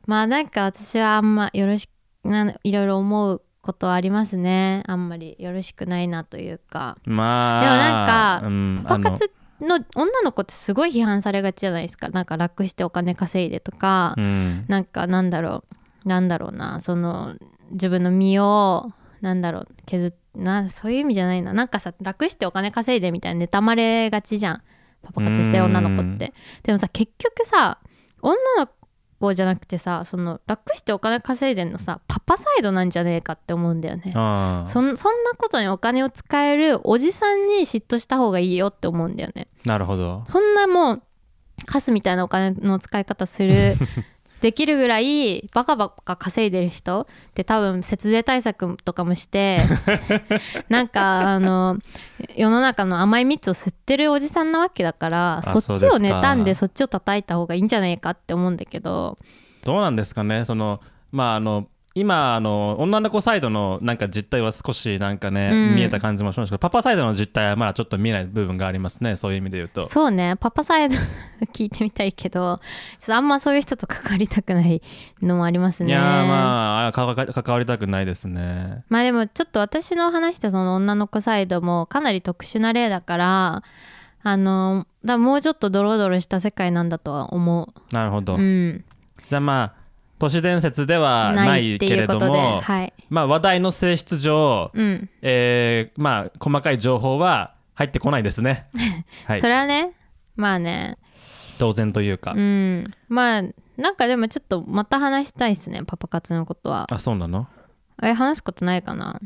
S1: まあなんか私はあんまよろしくないろいろ思うことはありますねあんまりよろしくないなというか
S2: まあ。
S1: で
S2: なん
S1: パパ活の女の子ってすごい批判されがちじゃないですかなんか楽してお金稼いでとか、
S2: うん。
S1: なんかなんだろうなんだろうなその自分の身をなんだろう削っなそういう意味じゃないななんかさ楽してお金稼いでみたいな妬まれがちじゃんパパ活してる女の子ってでもさ結局さ女の校じゃなくてさその楽してお金稼いでんのさパパサイドなんじゃねえかって思うんだよね
S2: ああ
S1: そんそんなことにお金を使えるおじさんに嫉妬した方がいいよって思うんだよね
S2: なるほど
S1: そんなもうカスみたいなお金の使い方す るできるぐらいバカバカ稼いでる人って多分節税対策とかもして なんかあの世の中の甘い蜜を吸ってるおじさんなわけだから
S2: あ
S1: そっちを
S2: そうですか
S1: 妬んでそっちを叩いた方がいいんじゃないかって思うんだけど
S2: どうなんですかねそのまああの今あの女の子サイドのなんか実態は少しなんかね、
S1: うん
S2: 見えた感じもしますけどパパサイドの実態はまだちょっと見えない部分がありますねそういう意味で言うと
S1: そうねパパサイド 聞いてみたいけどちょっとあんまそういう人と関わりたくないのもありますね。
S2: いやーまああかか関わりたくないですね
S1: まあでもちょっと私の話したその女の子サイドもかなり特殊な例だからあのだからもうちょっとドロドロした世界なんだとは思
S2: なるほ
S1: う、
S2: ど、
S1: うん、
S2: じゃあまあ都市伝説ではな
S1: ない
S2: い
S1: って
S2: け
S1: い
S2: れ
S1: うこ
S2: ど
S1: とで
S2: も、
S1: はい、
S2: まあ話題の性質上、
S1: うん
S2: えーまあ細かい情報は入ってこないで すねはい
S1: それはねまあね
S2: 当然というか、
S1: うんまあなんかでもちょっとまた話したいですねパパ活のことは
S2: あそうなの
S1: え話すことないかな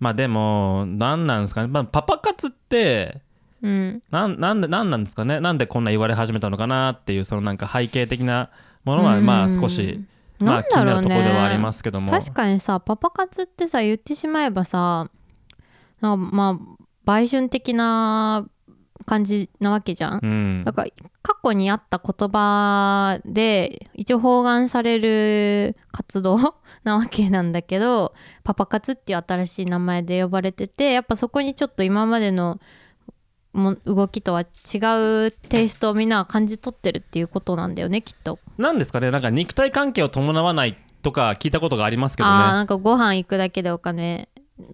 S2: まあでも何なんですかね、まあ、パパ活って
S1: うん
S2: なんなんでなんなんですかねなんでこんな言われ始めたのかなっていうそのなんか背景的なものは
S1: うん
S2: まあ少し、ま
S1: な
S2: あ、
S1: ん
S2: 気
S1: だ
S2: にな
S1: ろ
S2: る
S1: う
S2: とこ
S1: ね
S2: ろではありますけども
S1: 確かにさパパ活ってさ言ってしまえばさなんかまあ売春的な感じなわけじゃん、
S2: うん
S1: だから過去にあった言葉で一応包含される活動 なわけなんだけどパパ活っていう新しい名前で呼ばれててやっぱそこにちょっと今までのも動きとは違うテイストをみんなは感じ取ってるっていうことなんだよねきっと。
S2: なんですかねなんか肉体関係を伴わないとか聞いたことがありますけど
S1: ああー
S2: ね
S1: なんかご飯行くだけでお金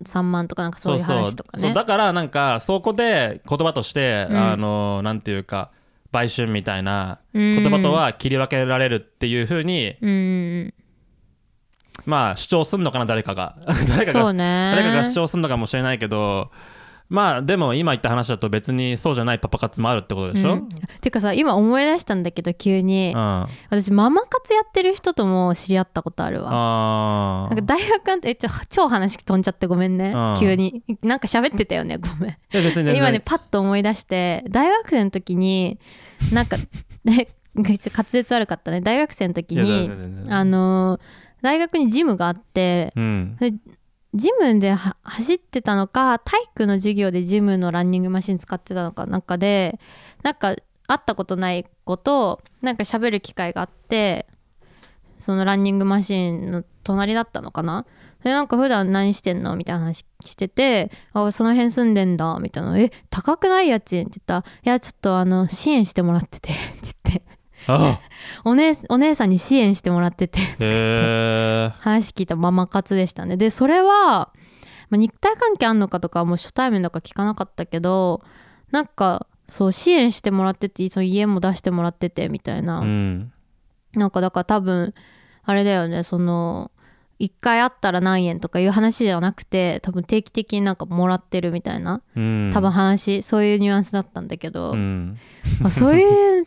S1: 3万とかなんかそういう話とか
S2: そ
S1: ね
S2: うだからなんかそこで言葉として、
S1: うん
S2: あのなんていうか売春みたいな
S1: 言
S2: 言葉とは切り分けられるっていうふうに、
S1: うんうん
S2: まあ主張すんのかな誰かが 誰かが
S1: そうね
S2: 誰かが主張するのかもしれないけどまあでも今言った話だと別にそうじゃないパパ活もあるってことでし
S1: う
S2: ょ、うん
S1: ていうかさ今思い出したんだけど急に、
S2: あ
S1: 私ママ活やってる人とも知り合ったことあるわ
S2: あ
S1: なんか
S2: ー
S1: 大学のえちょ超話飛んじゃってごめんね
S2: うん
S1: 急になんか喋ってたよねごめん
S2: いや別に全然
S1: 今ねパッと思い出して大学生の時になんか ねちょっと滑舌悪かったね大学生の時
S2: いや全
S1: に
S2: 然全然
S1: あのー大学にジムがあって
S2: うん
S1: ジムでは走ってたのか体育の授業でジムのランニングマシン使ってたのかなんかでなんか会ったことない子となんか喋る機会があってそのランニングマシンの隣だったのかなでなんか普段何してんのみたいな話してて「あその辺住んでんだ」みたいな「え高くない家賃?」って言ったら「いやちょっとあの支援してもらってて」って言って
S2: あ
S1: お姉お姉さんに支援してもらってて
S2: へえ
S1: 話聞いたママ活でしたねでそれは、まあ、肉体関係あんのかとかはもう初対面だから聞かなかったけどなんかそう支援してもらっててその家も出してもらっててみた いな、
S2: うん
S1: なんかだから多分あれだよねその1回会ったら何円とかいう話じゃなくて多分定期的になんかもらってるみたいな
S2: うん
S1: 多分話、そういうニュアンスだったんだけど、
S2: うん
S1: あそういう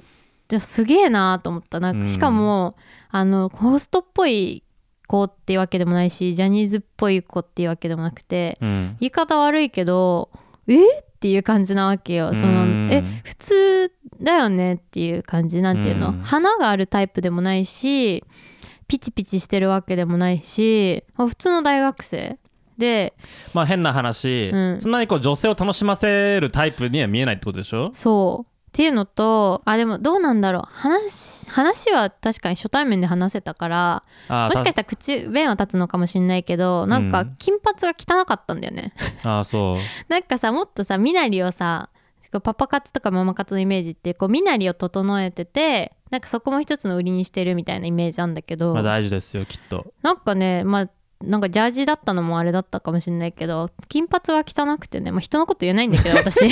S1: じゃすげえなと思ったなん
S2: う
S1: か
S2: ん
S1: しかも、あのホストっぽい子っていうわけでもないしジャニーズっぽい子っていうわけでもなくて
S2: うん
S1: 言い方悪いけどえっていう感じなわけよその、
S2: うん
S1: え普通だよねっていう感じなんていうの、
S2: うん
S1: 花があるタイプでもないしピチピチしてるわけでもないしあ普通の大学生で
S2: まあ変な話、
S1: うん
S2: そんなにこう女性を楽しませるタイプには見えないってことでしょ
S1: そうっていうのとあでもどうなんだろう話話は確かに初対面で話せたから
S2: あー
S1: もしかしたたら口弁は立つのかもしんないけどなん
S2: う
S1: か
S2: ん
S1: 金髪が汚かったんだよね、
S2: あーそう
S1: なんかさもっとさ身なりをさこうパパ活とかママ活のイメージってこう身なりを整えててなんかそこも一つの売りにしてるみたいなイメージなんだけど、
S2: まあ大事ですよきっと
S1: なんかねまあなんかジャージだったのもあれだったかもしれないけど金髪が汚くてね、まあ、人のこと言えないんだけど 私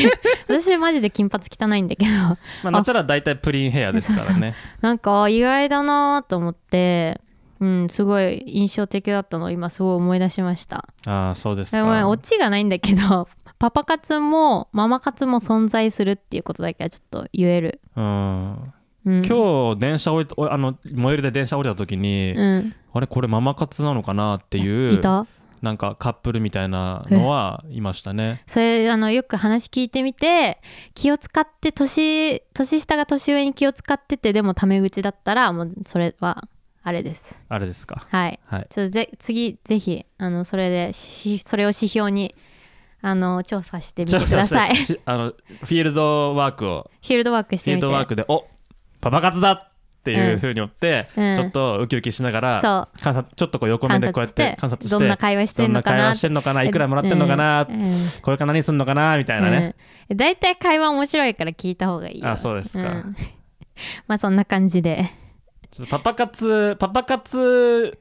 S1: 私マジで金髪汚いんだけど
S2: まあナチュラル大体プリンヘ アですからね
S1: なんかあ意外だなと思って、うん、すごい印象的だったのを今すごい思い出しました。
S2: ああそうです
S1: でもね
S2: か
S1: オチがないんだけど パパ活もママ活も存在するっていうことだけはちょっと言える。
S2: うん
S1: うん、
S2: 今日電車降りたおあの最寄りで電車降りた時に、
S1: うん、
S2: あれこれママ活なのかなってい
S1: いうた
S2: なんかカップルみたいなのはいましたね
S1: それあのよく話聞いてみて気を使って年年下が年上に気を使っててでもタメ口だったらもうそれはあれです
S2: あれですか
S1: はい
S2: はい
S1: ちょっとぜ次ぜひあのそれでしそれを指標にあの調査してみてくださいフ
S2: ちょっとしあのフィールドワークを
S1: ィールドワークして
S2: フィール
S1: みて
S2: ドワークでおパパ活だっていうふうによって、
S1: うん
S2: ちょっとウキウキしながら、
S1: そう
S2: 観察ちょっとこう横目
S1: 観
S2: でこう
S1: 察
S2: や
S1: し
S2: っ
S1: てて
S2: 観察して
S1: どんな会話して
S2: ど
S1: ん
S2: ん
S1: の
S2: な
S1: か
S2: 会
S1: な
S2: 話してんのかないくらもらってんのかな、これから何すんのかなみたいなね、
S1: うん、大体会話面白いから聞いた方がいいよ
S2: あそうですか
S1: ん まあそんな感じで
S2: ちょっとパパ活パパ活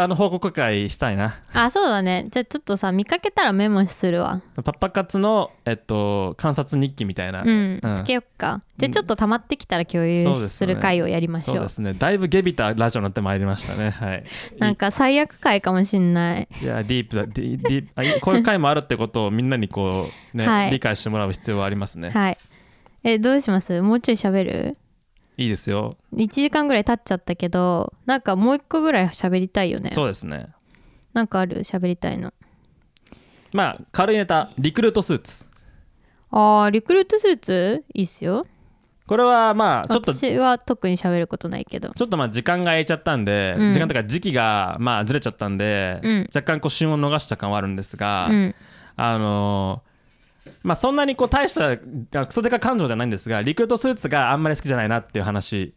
S2: あの報告会したいな
S1: あそうだねじゃあちょっとさ見かけたらメモするわ
S2: パパ活の、えっと、観察日記みたいな、
S1: うん、
S2: うん
S1: つけよっかじゃあちょっと溜まってきたら共有
S2: そうです
S1: する
S2: ね
S1: 回をやりましょ
S2: そう
S1: う,、
S2: ですねだいぶゲビたラジオになってまいりましたねはい
S1: なんか最悪回かもしんない
S2: いやディープだディディープあいこういう回もあるってことをみんなにこうね、
S1: はい
S2: 理解してもらう必要はありますね、
S1: はいえどうしますもうちょい喋る
S2: い、いですよ
S1: 1時間ぐらい経っちゃったけどなんかもう一個ぐらい喋りたいよね
S2: そうですね
S1: なんかある喋りたいの
S2: まあ軽いネタリクルートスーツ
S1: あーリクルートスーツいいっすよ
S2: これはまあちょっとち
S1: 私は特に喋ることないけど
S2: ょっとまあ時間が空いちゃったんで、
S1: うん
S2: 時間というか時期がまあずれちゃったんで、
S1: うん
S2: 若干こう旬を逃した感はあるんですが、
S1: うん
S2: あのーまあそんなにこう大したあクソデカ感情じゃないんですがリクルートスーツがあんまり好きじゃないなっていう話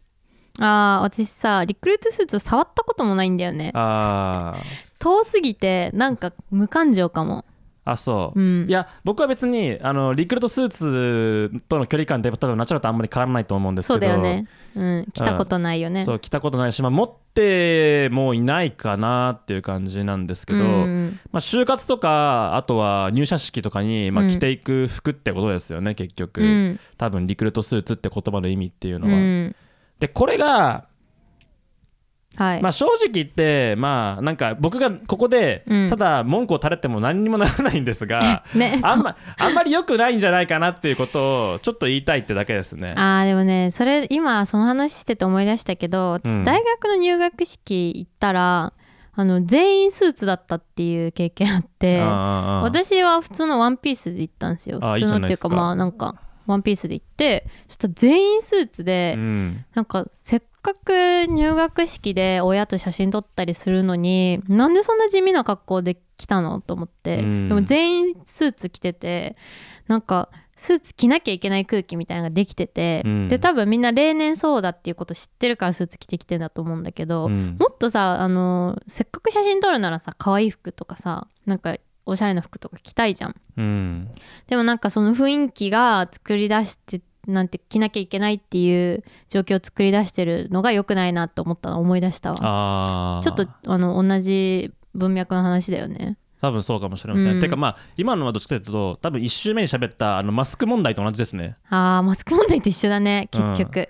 S1: あー私さリクルートスーツ触ったこともないんだよね
S2: あー
S1: 遠すぎてなんか無感情かも
S2: あそう、
S1: うん
S2: いや僕は別にあのリクルートスーツとの距離感って多分ナチュラルとあんまり変わらないと思うんですけ
S1: そ
S2: ど
S1: うだよねうん来たことないよね
S2: そう着たことないし、まあ、持ってもいないかなっていう感じなんですけど、
S1: うん
S2: まあ、就活とかあとは入社式とかに、まあ、
S1: うん
S2: 着ていく服ってことですよね、結局、
S1: うん
S2: 多分リクルートスーツって言葉の意味っていうの
S1: う
S2: は。
S1: ん
S2: でこれが、
S1: はい
S2: まあ、正直言ってまあなんか僕がここで
S1: うん
S2: ただ文句を垂れても何にもならないんで すが、
S1: ね
S2: あんまあんまり良くないんじゃないかなっていうことをちょっと言いたいってだけですね。
S1: あーでもねそれ今その話してて思い出したけど、私
S2: うん
S1: 大学の入学式行ったらあの全員スーツだったっていう経験あって
S2: あー
S1: 私は普通のワンピースで行ったんですよ
S2: あー
S1: 普通のっていうか
S2: いいじゃないですか
S1: まあなんかワンピースで行ってそしたら全員スーツで、
S2: うん
S1: なんかせっかく入学式で親と写真撮ったりするのになんでそんな地味な格好で来たのと思って、
S2: うん
S1: でも全員スーツ着ててなんかスーツ着なきゃいけない空気みたいなのができてて、
S2: うん
S1: で多分みんな例年そうだっていうこと知ってるからスーツ着てきてんだと思うんだけど、
S2: う
S1: も
S2: ん
S1: っとさあのせっかく写真撮るならさ可愛い服とかさなんかおしゃれな服とか着たいじゃん。
S2: うん
S1: でもなんかその雰囲気が作り出してなんて着なきゃいけないっていう状況を作り出してるのが良くないなと思ったの思い出したわ
S2: あー
S1: ちょっとあの同じ文脈の話だよね
S2: 多分そうかもしれませ
S1: う
S2: ん。
S1: ん
S2: てかまあ今のはどっちかというと多分1周目に喋ったあのマスク問題と同じですね。
S1: あーマスク問題と一緒だね結局、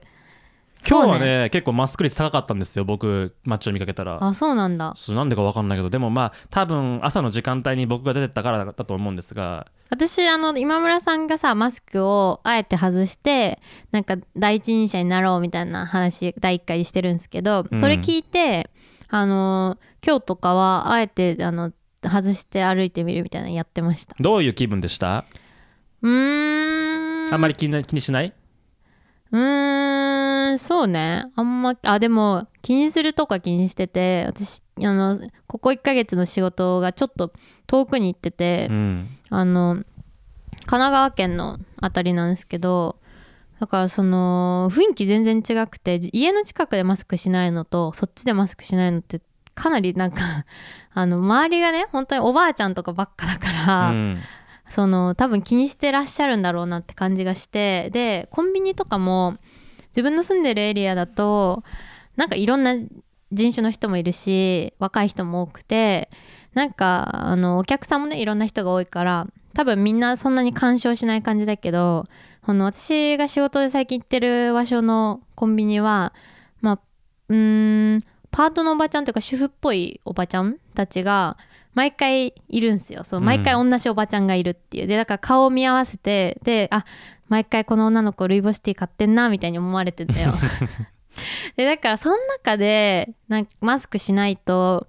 S1: そう
S2: 今日はね結構マスク率高かったんですよ僕街を見かけたら。
S1: あそうなんだ
S2: そうなんでか分かんないけどでもまあ多分朝の時間帯に僕が出てったからだと思うんですが
S1: 私あの今村さんがさマスクをあえて外してなんか第一人者になろうみたいな話第1回でしてるんですけど、
S2: うん
S1: それ聞いてあの今日とかはあえてあの外して歩いてみるみたいなのやってました
S2: どういう気分でした
S1: うーん
S2: あんまり気に気にしないう
S1: ーんそうねあんまあでも気にするとか気にしてて私あのここ1ヶ月の仕事がちょっと遠くに行ってて、
S2: うん
S1: あの神奈川県のあたりなんですけどだからその雰囲気全然違くてじ家の近くでマスクしないのとそっちでマスクしないのってかなりなんか あの周りがね本当におばあちゃんとかばっかだから、
S2: うん
S1: その多分気にしてらっしゃるんだろうなって感じがしてでコンビニとかも自分の住んでるエリアだとなんかいろんな人種の人もいるし若い人も多くてなんかあのお客さんもねいろんな人が多いから多分みんなそんなに干渉しない感じだけどこの私が仕事で最近行ってる場所のコンビニはまあうーんパートのおばちゃんというか主婦っぽいおばちゃんたちが毎回いるんですよそう
S2: うん
S1: 毎回同じおばちゃんがいるっていう、でだから顔を見合わせてであ毎回この女の子ルイボスティー買ってんなみたいに思われてんだよでだからその中でなんかマスクしないと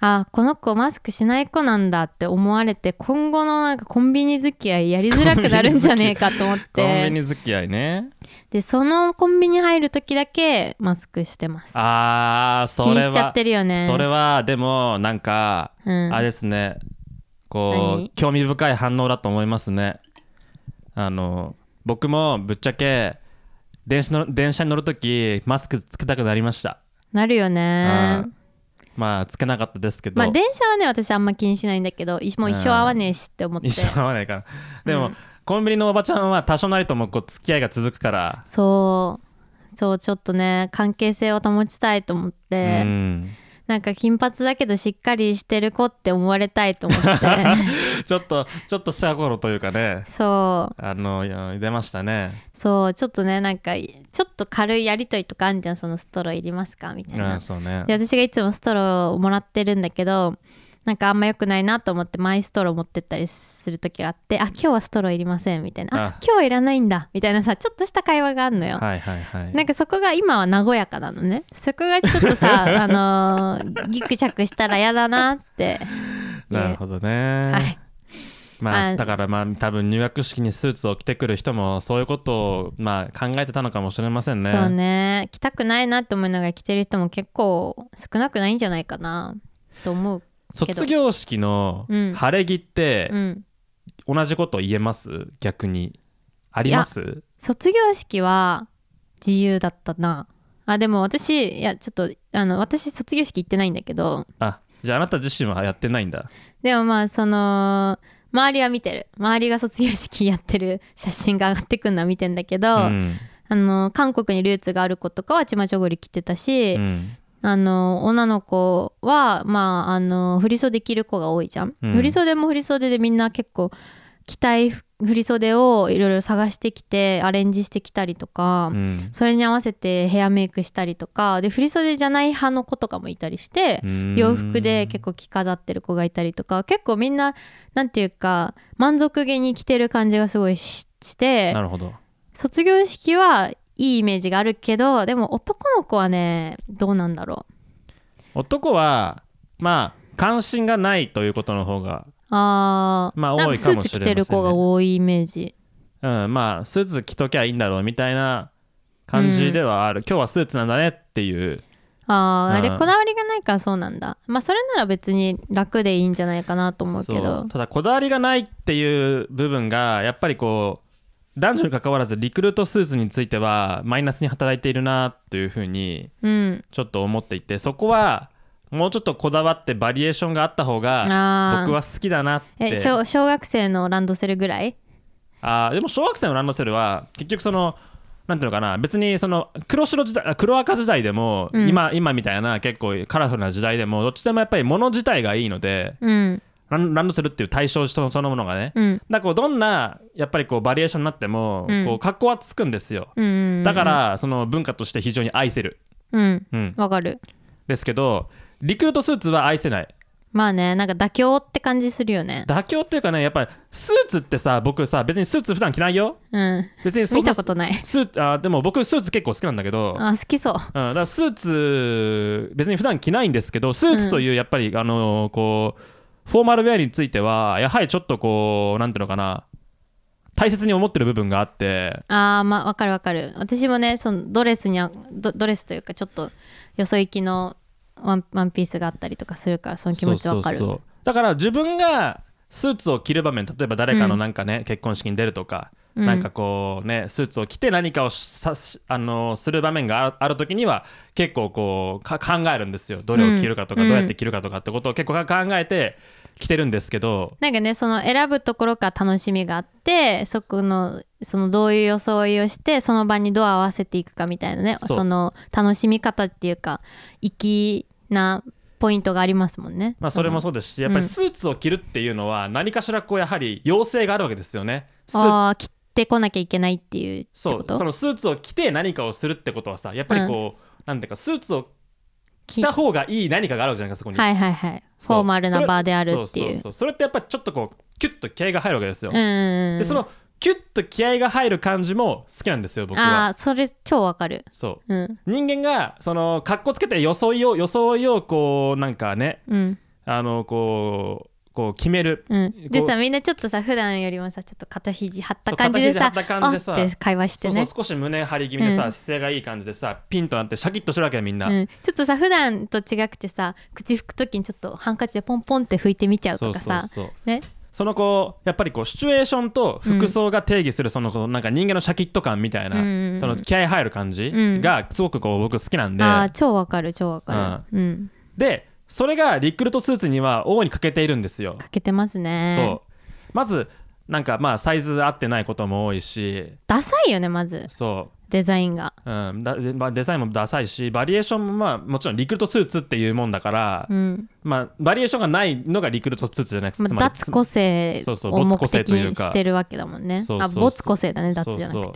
S1: あこの子マスクしない子なんだって思われて今後のなんかコンビニ付き合いやりづらくなるんじゃねえかと思っ
S2: コンビ
S1: て
S2: ニ付き合いね
S1: でそのコンビニ入る時だけマスクしてます
S2: あー
S1: 気
S2: そ
S1: に
S2: れ
S1: しちゃっ
S2: は
S1: てるよね
S2: それはでもなんか、
S1: うん
S2: あれですねこう
S1: 何
S2: 興味深い反応だと思いますねあの僕もぶっちゃけ電車の電車に乗るときマスクつけたくなりました、
S1: なるよね
S2: あーまあつけなかったですけど、
S1: まあ電車はね私あんま気にしないんだけどいもう一生会わねえしって思って
S2: 一緒合わないからで
S1: う
S2: も、
S1: ん
S2: コンビニのおばちゃんは多少なりともこう付き合いが続くから、
S1: そうそうちょっとね関係性を保ちたいと思って、
S2: うん
S1: なんか金髪だけどしっかりしてる子って思われたいと思 って
S2: ちょっとちょっとした頃というかね
S1: そう
S2: あのいや出ましたね
S1: そうちょっとねなんかちょっと軽いやりとりとかあんじゃんそのストローいりますかみたい
S2: あ
S1: な
S2: あそうね
S1: で私がいつもストローをもらってるんだけどなんかあんま良くないなと思ってマイストロー持ってったりする時があってあ今日はストローいりませんみたいなあ
S2: あ
S1: 今日はいらないんだみたいなさちょっとした会話があんのよ、
S2: はいはいはい
S1: なんかそこが今は和やかなのねそこがちょっと さあのーギクシャクしたら嫌だなって
S2: なるほどね、
S1: はい
S2: まあ
S1: あ
S2: だからまあ多分入学式にスーツを着てくる人もそういうことをまあ考えてたのかもしれませんね
S1: そうね着たくないなって思いながら着てる人も結構少なくないんじゃないかなと思うけど
S2: 卒業式の
S1: うん
S2: 晴れ着って
S1: うん
S2: 同じこと言えます、逆にあります
S1: 卒業式は自由だったなあでも私いやちょっとあの私卒業式行ってないんだけど
S2: あじゃああなた自身はやってないんだ
S1: でもまあその周りは見てる周りが卒業式やってる写真が上がってくんのは見てんだけど、
S2: ん
S1: あの韓国にルーツがある子とかはちまちょごり着てたし、
S2: うん
S1: あの女の子はまああの振り袖着る子が多いじゃん、
S2: うん
S1: 振り袖も振り袖でみんな結構着たい振り袖をいろいろ探してきてアレンジしてきたりとか、
S2: うん
S1: それに合わせてヘアメイクしたりとかで振り袖じゃない派の子とかもいたりして、
S2: うん
S1: 洋服で結構着飾ってる子がいたりとか結構みんななんていうか満足げに着てる感じがすごいしして
S2: なるほど
S1: 卒業式はいいイメージがあるけどでも男の子はねどうなんだろう
S2: 男はまあ関心がないということの方が
S1: あー、
S2: まあ
S1: なん
S2: 多
S1: か
S2: い
S1: ス
S2: か
S1: ー
S2: も
S1: ツ
S2: しれ
S1: 着
S2: ま
S1: て
S2: せんね
S1: る子が多いイメージ
S2: うん、まあスーツ着ときゃいいんだろうみたいな感じではある、今日はスーツなんだねっていう
S1: あーあれ
S2: うん
S1: こだわりがないからそうなんだまあそれなら別に楽でいいんじゃないかなと思うけ
S2: そ
S1: ど
S2: うただこだわりがないっていう部分がやっぱりこう男女に関わらずリクルートスーツについてはマイナスに働いているなというふうに
S1: うん
S2: ちょっと思っていてそこはもうちょっとこだわってバリエーションがあった方が
S1: あ
S2: 僕
S1: ー
S2: は好きだなって
S1: え小小学生のランドセルぐらい
S2: あーでも小学生のランドセルは結局そのなんていうのかな別にその黒白時代あ黒赤時代でも、
S1: うん
S2: 今今みたいな結構カラフルな時代でもどっちでもやっぱり物自体がいいので
S1: うん
S2: ランランドセルっていう対象そのそのものがね
S1: うん
S2: だからこうどんなやっぱりこうバリエーションになっても、
S1: うん
S2: こう格好はつくんですよ
S1: うん
S2: だからその文化として非常に愛せる、
S1: うん
S2: うん、
S1: わかる
S2: ですけどリクルートスーツは愛せない
S1: まあねなんか妥協って感じするよね
S2: 妥協っていうかねやっぱりスーツってさ僕さ別にスーツ普段着ないよ
S1: うん
S2: 別にそんな
S1: 見たことない
S2: スーツあでも僕スーツ結構好きなんだけど、うん、
S1: あ好きそう
S2: だからスーツ別に普段着ないんですけどスーツというやっぱり、あのこうフォーマルウェアについてはやはりちょっとこうなんていうのかな大切に思ってる部分があって
S1: あーまあわかるわかる私もねそのドレスにはドドレスというかちょっとよそ行きのワンワンピースがあったりとかするからその気持ちわかる
S2: そうそうそうだから自分がスーツを着る場面例えば誰かのなんかね、結婚式に出るとか、
S1: うん
S2: なんかこうねスーツを着て何かをしさしあのする場面があある時には結構こうか考えるんですよどれを着るかとか、
S1: うん
S2: どうやって着るかとかってことを結構考えて着てるんですけど、
S1: なんかねその選ぶところから楽しみがあってそこのそのどういう装いをしてその場にどう合わせていくかみたいなね
S2: そう
S1: その楽しみ方っていうか粋なポイントがありますもんね
S2: まあ、それも
S1: そ
S2: そうですしやっぱり
S1: うん
S2: スーツを着るっていうのは何かしらこうやはり要請があるわけですよね。スー
S1: のあー切ってこなきゃいけないっていうって
S2: そ
S1: こ
S2: う
S1: と
S2: そのスーツを着て何かをするってことはさやっぱりこう、なんていうかスーツを着た方がいい何かがあるわけじゃないですかそこに。
S1: はいはいはいフ
S2: そう
S1: ォーマルな場であるって
S2: そ
S1: い
S2: そう
S1: う
S2: そうそうそれってやっぱりちょっとこうキュッと気合が入るわけですよ、
S1: うんうんうん
S2: でそのキュッと気合が入る感じも好きなんですよ僕
S1: あ
S2: は
S1: あそれ超わかる
S2: そう
S1: うん
S2: 人間がそのかっこつけて装いを装いをこうなんかね
S1: うん
S2: あのこうこう決める
S1: うん、で
S2: こう
S1: さみんなちょっとさ普段よりもさちょっと肩肘張った
S2: そう
S1: 感じでさ
S2: 肩肘張った感じでさ
S1: あって会話して
S2: そう
S1: ね
S2: そう少し胸張り気味で
S1: うん
S2: さ姿勢がいい感じでさピンとなってシャキッとしてるわけよみんな
S1: うん、ちょっとさ普段と違くてさ口拭く時にちょっとハンカチでポンポンって拭いてみちゃう
S2: そ
S1: と
S2: う
S1: か
S2: そう
S1: さ
S2: そう
S1: ね
S2: そのこうやっぱりこうシチュエーションと服装が定義するそのこうなんか人間のシャキッと感みたいな、
S1: うんうんうん
S2: その気合入る感じ
S1: うん
S2: がすごくこう僕好きなんで、
S1: ああ超わかる超わかるうん
S2: でそれがリクルートスーツには大いに欠けているんですよ、
S1: かけてますね
S2: そうまずなんかまあサイズ合ってないことも多いし
S1: ダサいよねまず
S2: そ
S1: デザインが
S2: う、うんだでまあ、デザインもダサいしバリエーションもまあもちろんリクルートスーツっていうもんだから、
S1: うん、
S2: まあ、バリエーションがないのがリクルートスーツじゃなくて、
S1: ま
S2: つ
S1: あ、
S2: まり
S1: 脱個性
S2: そうそう
S1: を目
S2: 没個性
S1: 的
S2: という
S1: に
S2: か
S1: してるわけだもんね
S2: そうそうそう
S1: あ没個性だね脱じゃなくて
S2: そうそう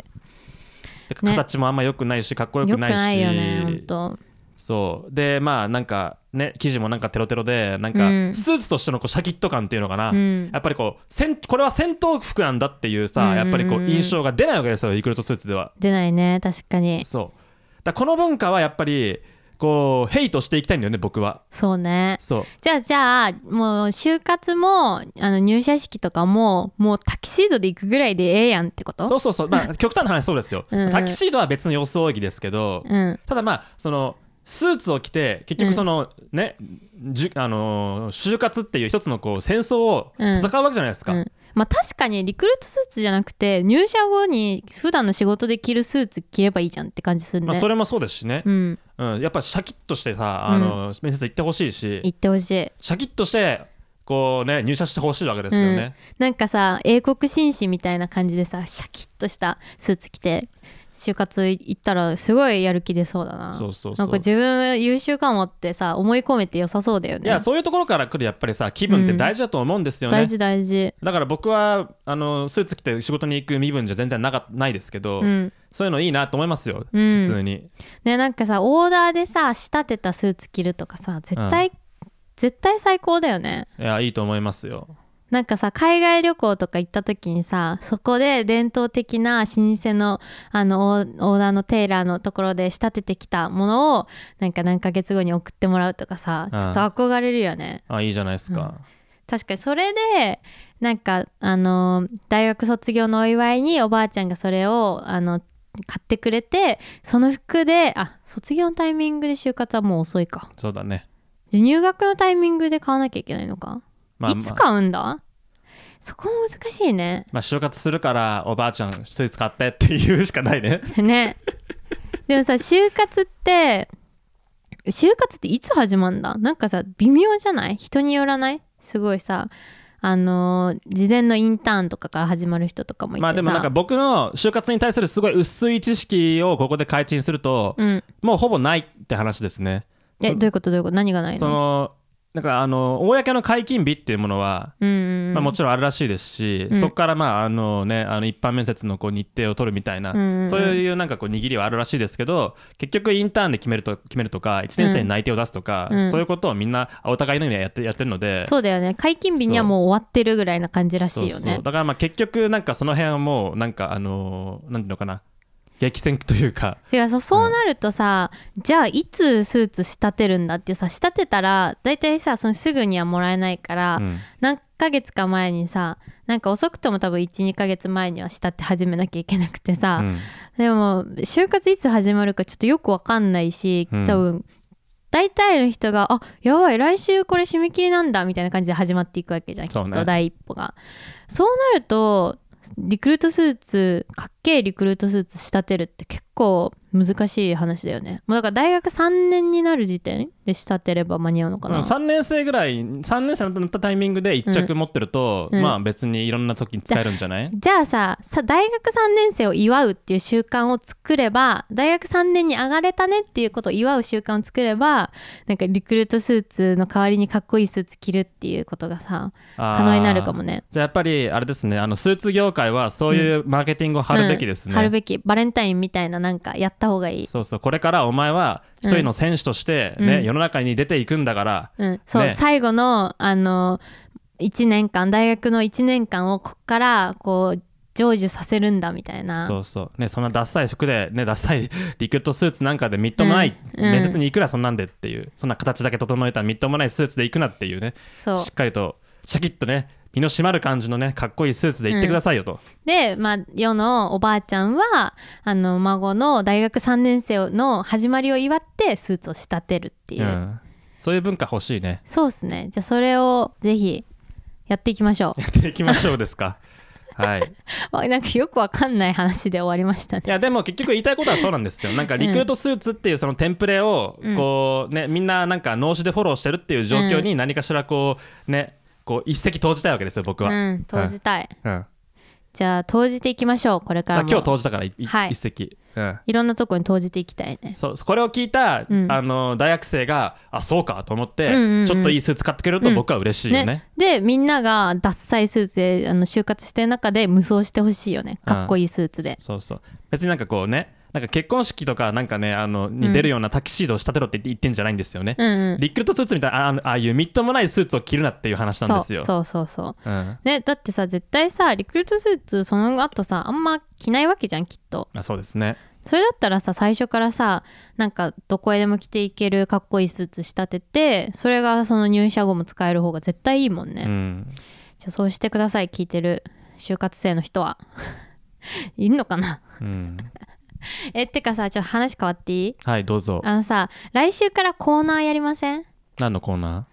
S2: で
S1: ね
S2: 形もあんま良くないしかっこよ
S1: よ
S2: く
S1: く
S2: ないし
S1: ないよねほんと
S2: そうでまあなんかね生地もなんかテロテロでなん
S1: う
S2: か
S1: ん
S2: スーツとしてのこうシャキッと感っていうのかな、
S1: うん
S2: やっぱりこう戦これは戦闘服なんだっていうさ、
S1: うんうんうん
S2: やっぱりこう印象が出ないわけですよリクルートスーツでは
S1: 出ないね確かに
S2: そうだからこの文化はやっぱりこうヘイトしていきたいんだよね僕は
S1: そうね
S2: そう
S1: じゃあじゃあもう就活もあの入社式とかももうタキシードで行くぐらいでええやんってこと
S2: そうそうそうまあ極端な話そうですよ
S1: うんうん
S2: タキシードは別の装いですけど、
S1: うん
S2: ただまあそのスーツを着て結局その、ねじゅあのー就活っていう一つのこう戦争を戦うわけじゃないですか、
S1: うんまあ確かにリクルートスーツじゃなくて入社後に普段の仕事で着るスーツ着ればいいじゃんって感じするね、
S2: まあ、それもそうですしね、
S1: うん
S2: うん、やっぱシャキッとしてさ、あの面接行ってほしいし
S1: 言ってほしい
S2: シャキッとしてこうね入社してほしいわけですよね、
S1: なんかさ英国紳士みたいな感じでさシャキッとしたスーツ着て就活行ったらすごいやる気出そうだな
S2: そうそうそ
S1: な
S2: うん
S1: か自分優秀かもってさ思い込めて良さそうだよね
S2: いやそういうところから来るやっぱりさ気分って大事だと思うんですよね、
S1: 大事大事
S2: だから僕はあのスーツ着て仕事に行く身分じゃ全然なかないですけど、
S1: うん
S2: そういうのいいなと思いますよ、
S1: うん
S2: 普通に
S1: ねなんかさオーダーでさ仕立てたスーツ着るとかさ絶対、絶対最高だよね
S2: いやいいと思いますよ
S1: なんかさ海外旅行とか行った時にさそこで伝統的な老舗のあのオーオーダーのテイラーのところで仕立ててきたものをなんか何ヶ月後に送ってもらうとかさ
S2: うん
S1: ちょっと憧れるよね、
S2: あいいじゃないですか、
S1: 確かにそれでなんかあの大学卒業のお祝いにおばあちゃんがそれをあの買ってくれてその服であ卒業のタイミングで就活はもう遅いか
S2: そうだね
S1: で入学のタイミングで買わなきゃいけないのか、
S2: まあ
S1: いつ
S2: まあ
S1: 買うんだそこも難しいね
S2: まあ就活するからおばあちゃんスーツ買ってっていうしかな いね
S1: ねでもさ就活って就活っていつ始まんだなんかさ微妙じゃない人によらないすごいさあのー事前のインターンとかから始まる人とかもいてさ、
S2: まあでもなんか僕の就活に対するすごい薄い知識をここで解禁すると、
S1: うん
S2: もうほぼないって話ですね
S1: え
S2: そ
S1: どういうことどういうこと何がないの
S2: そのなんかあの公の解禁日っていうものは、
S1: うんうんうん
S2: まあ、もちろんあるらしいですし、
S1: うん
S2: そこからまああの、ね、あの一般面接のこう日程を取るみたいな、
S1: うんうんうん
S2: そういうなんかこう握りはあるらしいですけど結局インターンで決めると決めるとか1年生に内定を出すとか、
S1: うん
S2: そういうことをみんなお互いのようにやってやってるので。
S1: そうだよね解禁日にはもう終わってるぐらいな感じらしいよ
S2: そう
S1: ね
S2: そうだからまあ結局なんかその辺はもうなんかあのーなんていうのかな激戦区というか
S1: てかそそうなるとさ、じゃあいつスーツ仕立てるんだっていうさ仕立てたら大体さそのすぐにはもらえないから、
S2: うん
S1: 何ヶ月か前にさなんか遅くとも多分12ヶ月前にはしたって始めなきゃいけなくて
S2: う
S1: さ、
S2: ん
S1: でも就活いつ始まるかちょっとよくわかんないし
S2: うん
S1: 多分大体の人が「あやばい来週これ締め切りなんだ」みたいな感じで始まっていくわけじゃん、き
S2: そうね
S1: っと第一歩が。そうなるとリクルートスーツかっけえリクルートスーツ仕立てるって結構難しい話だよね。もうだから大学3年になる時点で仕立てれば間に合うのかな。
S2: 3年生ぐらい3年生になったタイミングで1着持ってると、
S1: うん
S2: まあ別にいろんな時に使えるんじゃない
S1: じゃあささ大学3年生を祝うっていう習慣を作れば大学3年に上がれたねっていうことを祝う習慣を作ればなんかリクルートスーツの代わりにかっこいいスーツ着るっていうことがさ
S2: 可
S1: 可能になるかもね。
S2: じゃあやっぱりあれですねあのスーツ業界はそういうマーケティングを張るべきですね、
S1: うん張るべきバレンタインみたいななんかやった方がいい。
S2: そうそうこれからお前は一人の選手として、ね
S1: うん
S2: 世の中に出ていくんだから、
S1: うん、そう、
S2: ね
S1: 最後のあの1年間大学の1年間をここからこう成就させるんだみたいな
S2: そうそうねそんなダサい服でねダサいリクルートスーツなんかでみっともない、
S1: うんうん
S2: 面接に行くらそんなんでっていうそんな形だけ整えたみっともないスーツで行くなっていうね
S1: そう
S2: しっかりとシャキッとね身の締まる感じのねかっこいいスーツで行ってくださいよと、
S1: で、まあ、世のおばあちゃんはあの孫の大学3年生の始まりを祝ってスーツを仕立てるっていう、
S2: うんそういう文化欲しいね
S1: そうですねじゃあそれをぜひやっていきましょ
S2: やっていきましょうで すかはい、いう
S1: わなんかよくわかんない話で終わりましたね
S2: やでも結局言いたいことはそうなんですよなんかリクルートスーツっていうそのテンプレを
S1: うん
S2: こう、ね、みんななんか脳死でフォローしてるっていう状況に何かしらこうねこう一石投じたいわけですよ僕は、
S1: うん投じたい、
S2: うん
S1: じゃあ投じていきましょうこれか
S2: ま
S1: ら
S2: あ、
S1: も
S2: 今日投じたからいい
S1: はい
S2: 一石、うん、
S1: いろんなとこに投じていきたいね
S2: そうこれを聞いた、
S1: うん
S2: あの大学生があそうかと思って、
S1: うんうんうん
S2: ちょっといいスーツ買ってくれると
S1: うん
S2: 僕は嬉しいよね,、
S1: でみんながダッサいスーツであの就活してる中で無双してほしいよねかっこいいスーツで、
S2: そうそう別になんかこうねなんか結婚式とかなんかねあのに出るようなタキシードを仕立てろって言って言ってんじゃないんですよね、
S1: うんうん
S2: リクルートスーツみたいなああのああいうみっともないスーツを着るなっていう話なんですよ
S1: そうそうそうそう
S2: うん、
S1: ねだってさ絶対さリクルートスーツその後さあんま着ないわけじゃんきっと
S2: あそうですね
S1: それだったらさ最初からさなんかどこへでも着ていけるかっこいいスーツ仕立ててそれがその入社後も使える方が絶対いいもんね、
S2: うん
S1: じゃあそうしてください聞いてる就活生の人は いんのかな
S2: うん
S1: えってかさちょっと話変わっていい
S2: はいどうぞ
S1: あのさ来週からコーナーやりません
S2: 何のコーナ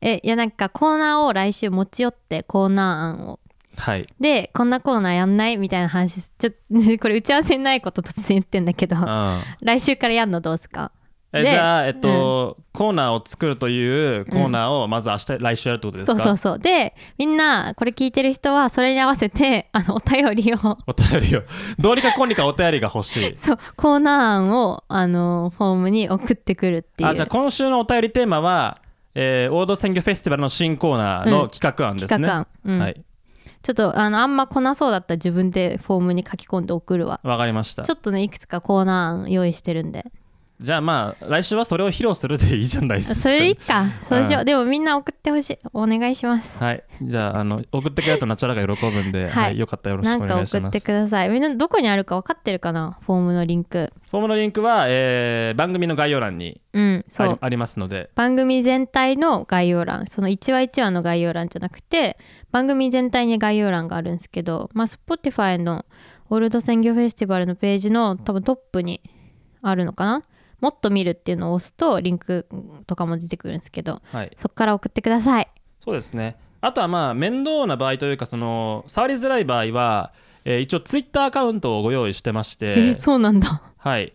S1: えいやなんかコーナーを来週持ち寄ってコーナー案を
S2: ーはい
S1: でこんなコーナーやんないみたいな話すちょっと これ打ち合わせにないこと突然言ってんだけど
S2: うん
S1: 来週からやんのどうすか
S2: え
S1: で
S2: じゃあ、えっとコーナーを作るというコーナーをまず明日、来週やるってことです
S1: そ
S2: か
S1: うそうそうでみんなこれ聞いてる人はそれに合わせて あのお便りを
S2: お便りをどうにかこうにかお便りが欲しい
S1: そうコーナー案をあのフォームに送ってくるっていう
S2: あじゃあ今週のお便りテーマは、えー、王道選挙フェスティバルの新コーナーの企画案です
S1: 企
S2: ね、
S1: 画案、うん
S2: はい
S1: ちょっとあのあんま来なそうだったら自分でフォームに書き込んで送るわ
S2: わかりました
S1: ちょっとねいくつかコーナー案用意してるんで
S2: じゃあまあ来週はそれを披露するでいいじゃないですか
S1: それいいかそうしよう、
S2: う
S1: でもみんな送ってほしいお願いします
S2: はいじゃああの送ってくれるとナチュラルが喜ぶんで、
S1: はい
S2: はいよかったらよろし
S1: な
S2: く
S1: ん
S2: お
S1: か
S2: 願いし
S1: 送っ
S2: ます
S1: てくださいみんなどこにあるか分かってるかなフォームのリンク
S2: フォームのリンクは、えー番組の概要欄に
S1: うんそ
S2: あり
S1: う
S2: ありますので
S1: 番組全体の概要欄その1話1話の概要欄じゃなくて番組全体に概要欄があるんですけどまあ Spotify のオールド鮮魚フェスティバルのページの多分トップにあるのかなもっと見るっていうのを押すとリンクとかも出てくるんですけど
S2: はい
S1: そこから送ってください
S2: そうですね。あとはまあ面倒な場合というかその触りづらい場合は、えー一応ツイッターアカウントをご用意してまし
S1: え
S2: て、
S1: そうなんだ
S2: はい。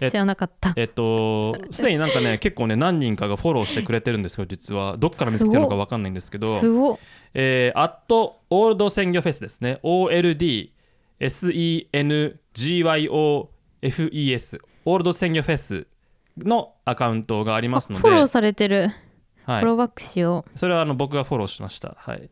S2: え
S1: 知らなかった
S2: えっとすでになんか ね結構ね何人かがフォローしてくれてるんですよ実はどっから見つけてるのかわかんないんですけど、
S1: すごっ
S2: えー、アットオールド鮮魚フェスですね。O L D S E N G Y O F E S オールド鮮魚フェスのアカウントがありますので、
S1: フォローされてる、
S2: はい
S1: フォローバックしよ
S2: それはあの僕がフォローしました。はい。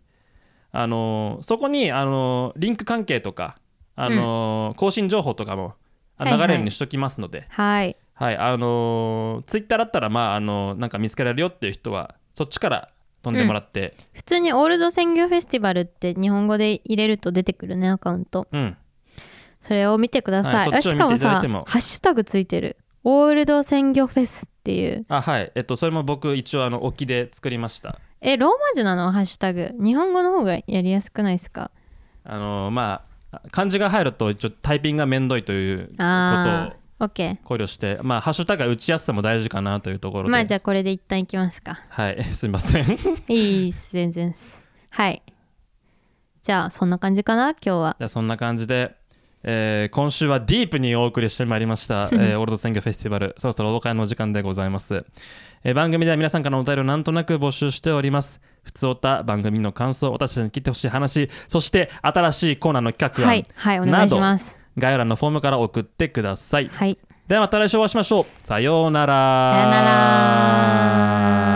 S2: あのーそこにあのーリンク関係とかあのー更新情報とかもあ
S1: はい
S2: 流
S1: はい
S2: れるようにしときますので
S1: う、はい
S2: はい、あのツイッター Twitter だったらまああのーなんか見つけられるよっていう人はそっちから飛んでもらって、
S1: 普通にオールド鮮魚フェスティバルって日本語で入れると出てくるねアカウント
S2: うん、
S1: それを見てください、
S2: はい
S1: あ
S2: そっ
S1: し
S2: ち
S1: か
S2: を見て
S1: も
S2: いただ
S1: さ
S2: いても
S1: ハッシュタグついてるオールド鮮魚フェスっていう
S2: あはい、えっとそれも僕一応あの沖で作りました。
S1: えローマ字なのハッシュタグ日本語の方がやりやすくないですか
S2: あのーまあ漢字が入ると一応タイピングがめんどいということ
S1: あ
S2: を
S1: あ OK
S2: 考慮して、まあハッシュタグは打ちやすさも大事かなというところで、
S1: まあじゃあこれで一旦いきますか
S2: はい、 すみません。
S1: いいっす全然っすはいじゃあそんな感じかな今日は
S2: じゃあそんな感じで、えー今週はディープにお送りしてまいりま した、えーオールド鮮魚フェスティバルそろそろお別れのお時間でございます、えー番組では皆さんからのお便りをなんとなく募集しております普通おた番組の感想私たちに聞いてほしい話そして新しいコーナーの企画案、
S1: はいはいお願いします
S2: 概要欄のフォームから送ってください
S1: はい
S2: ではまた来週お会いしましょうさようなら
S1: さようなら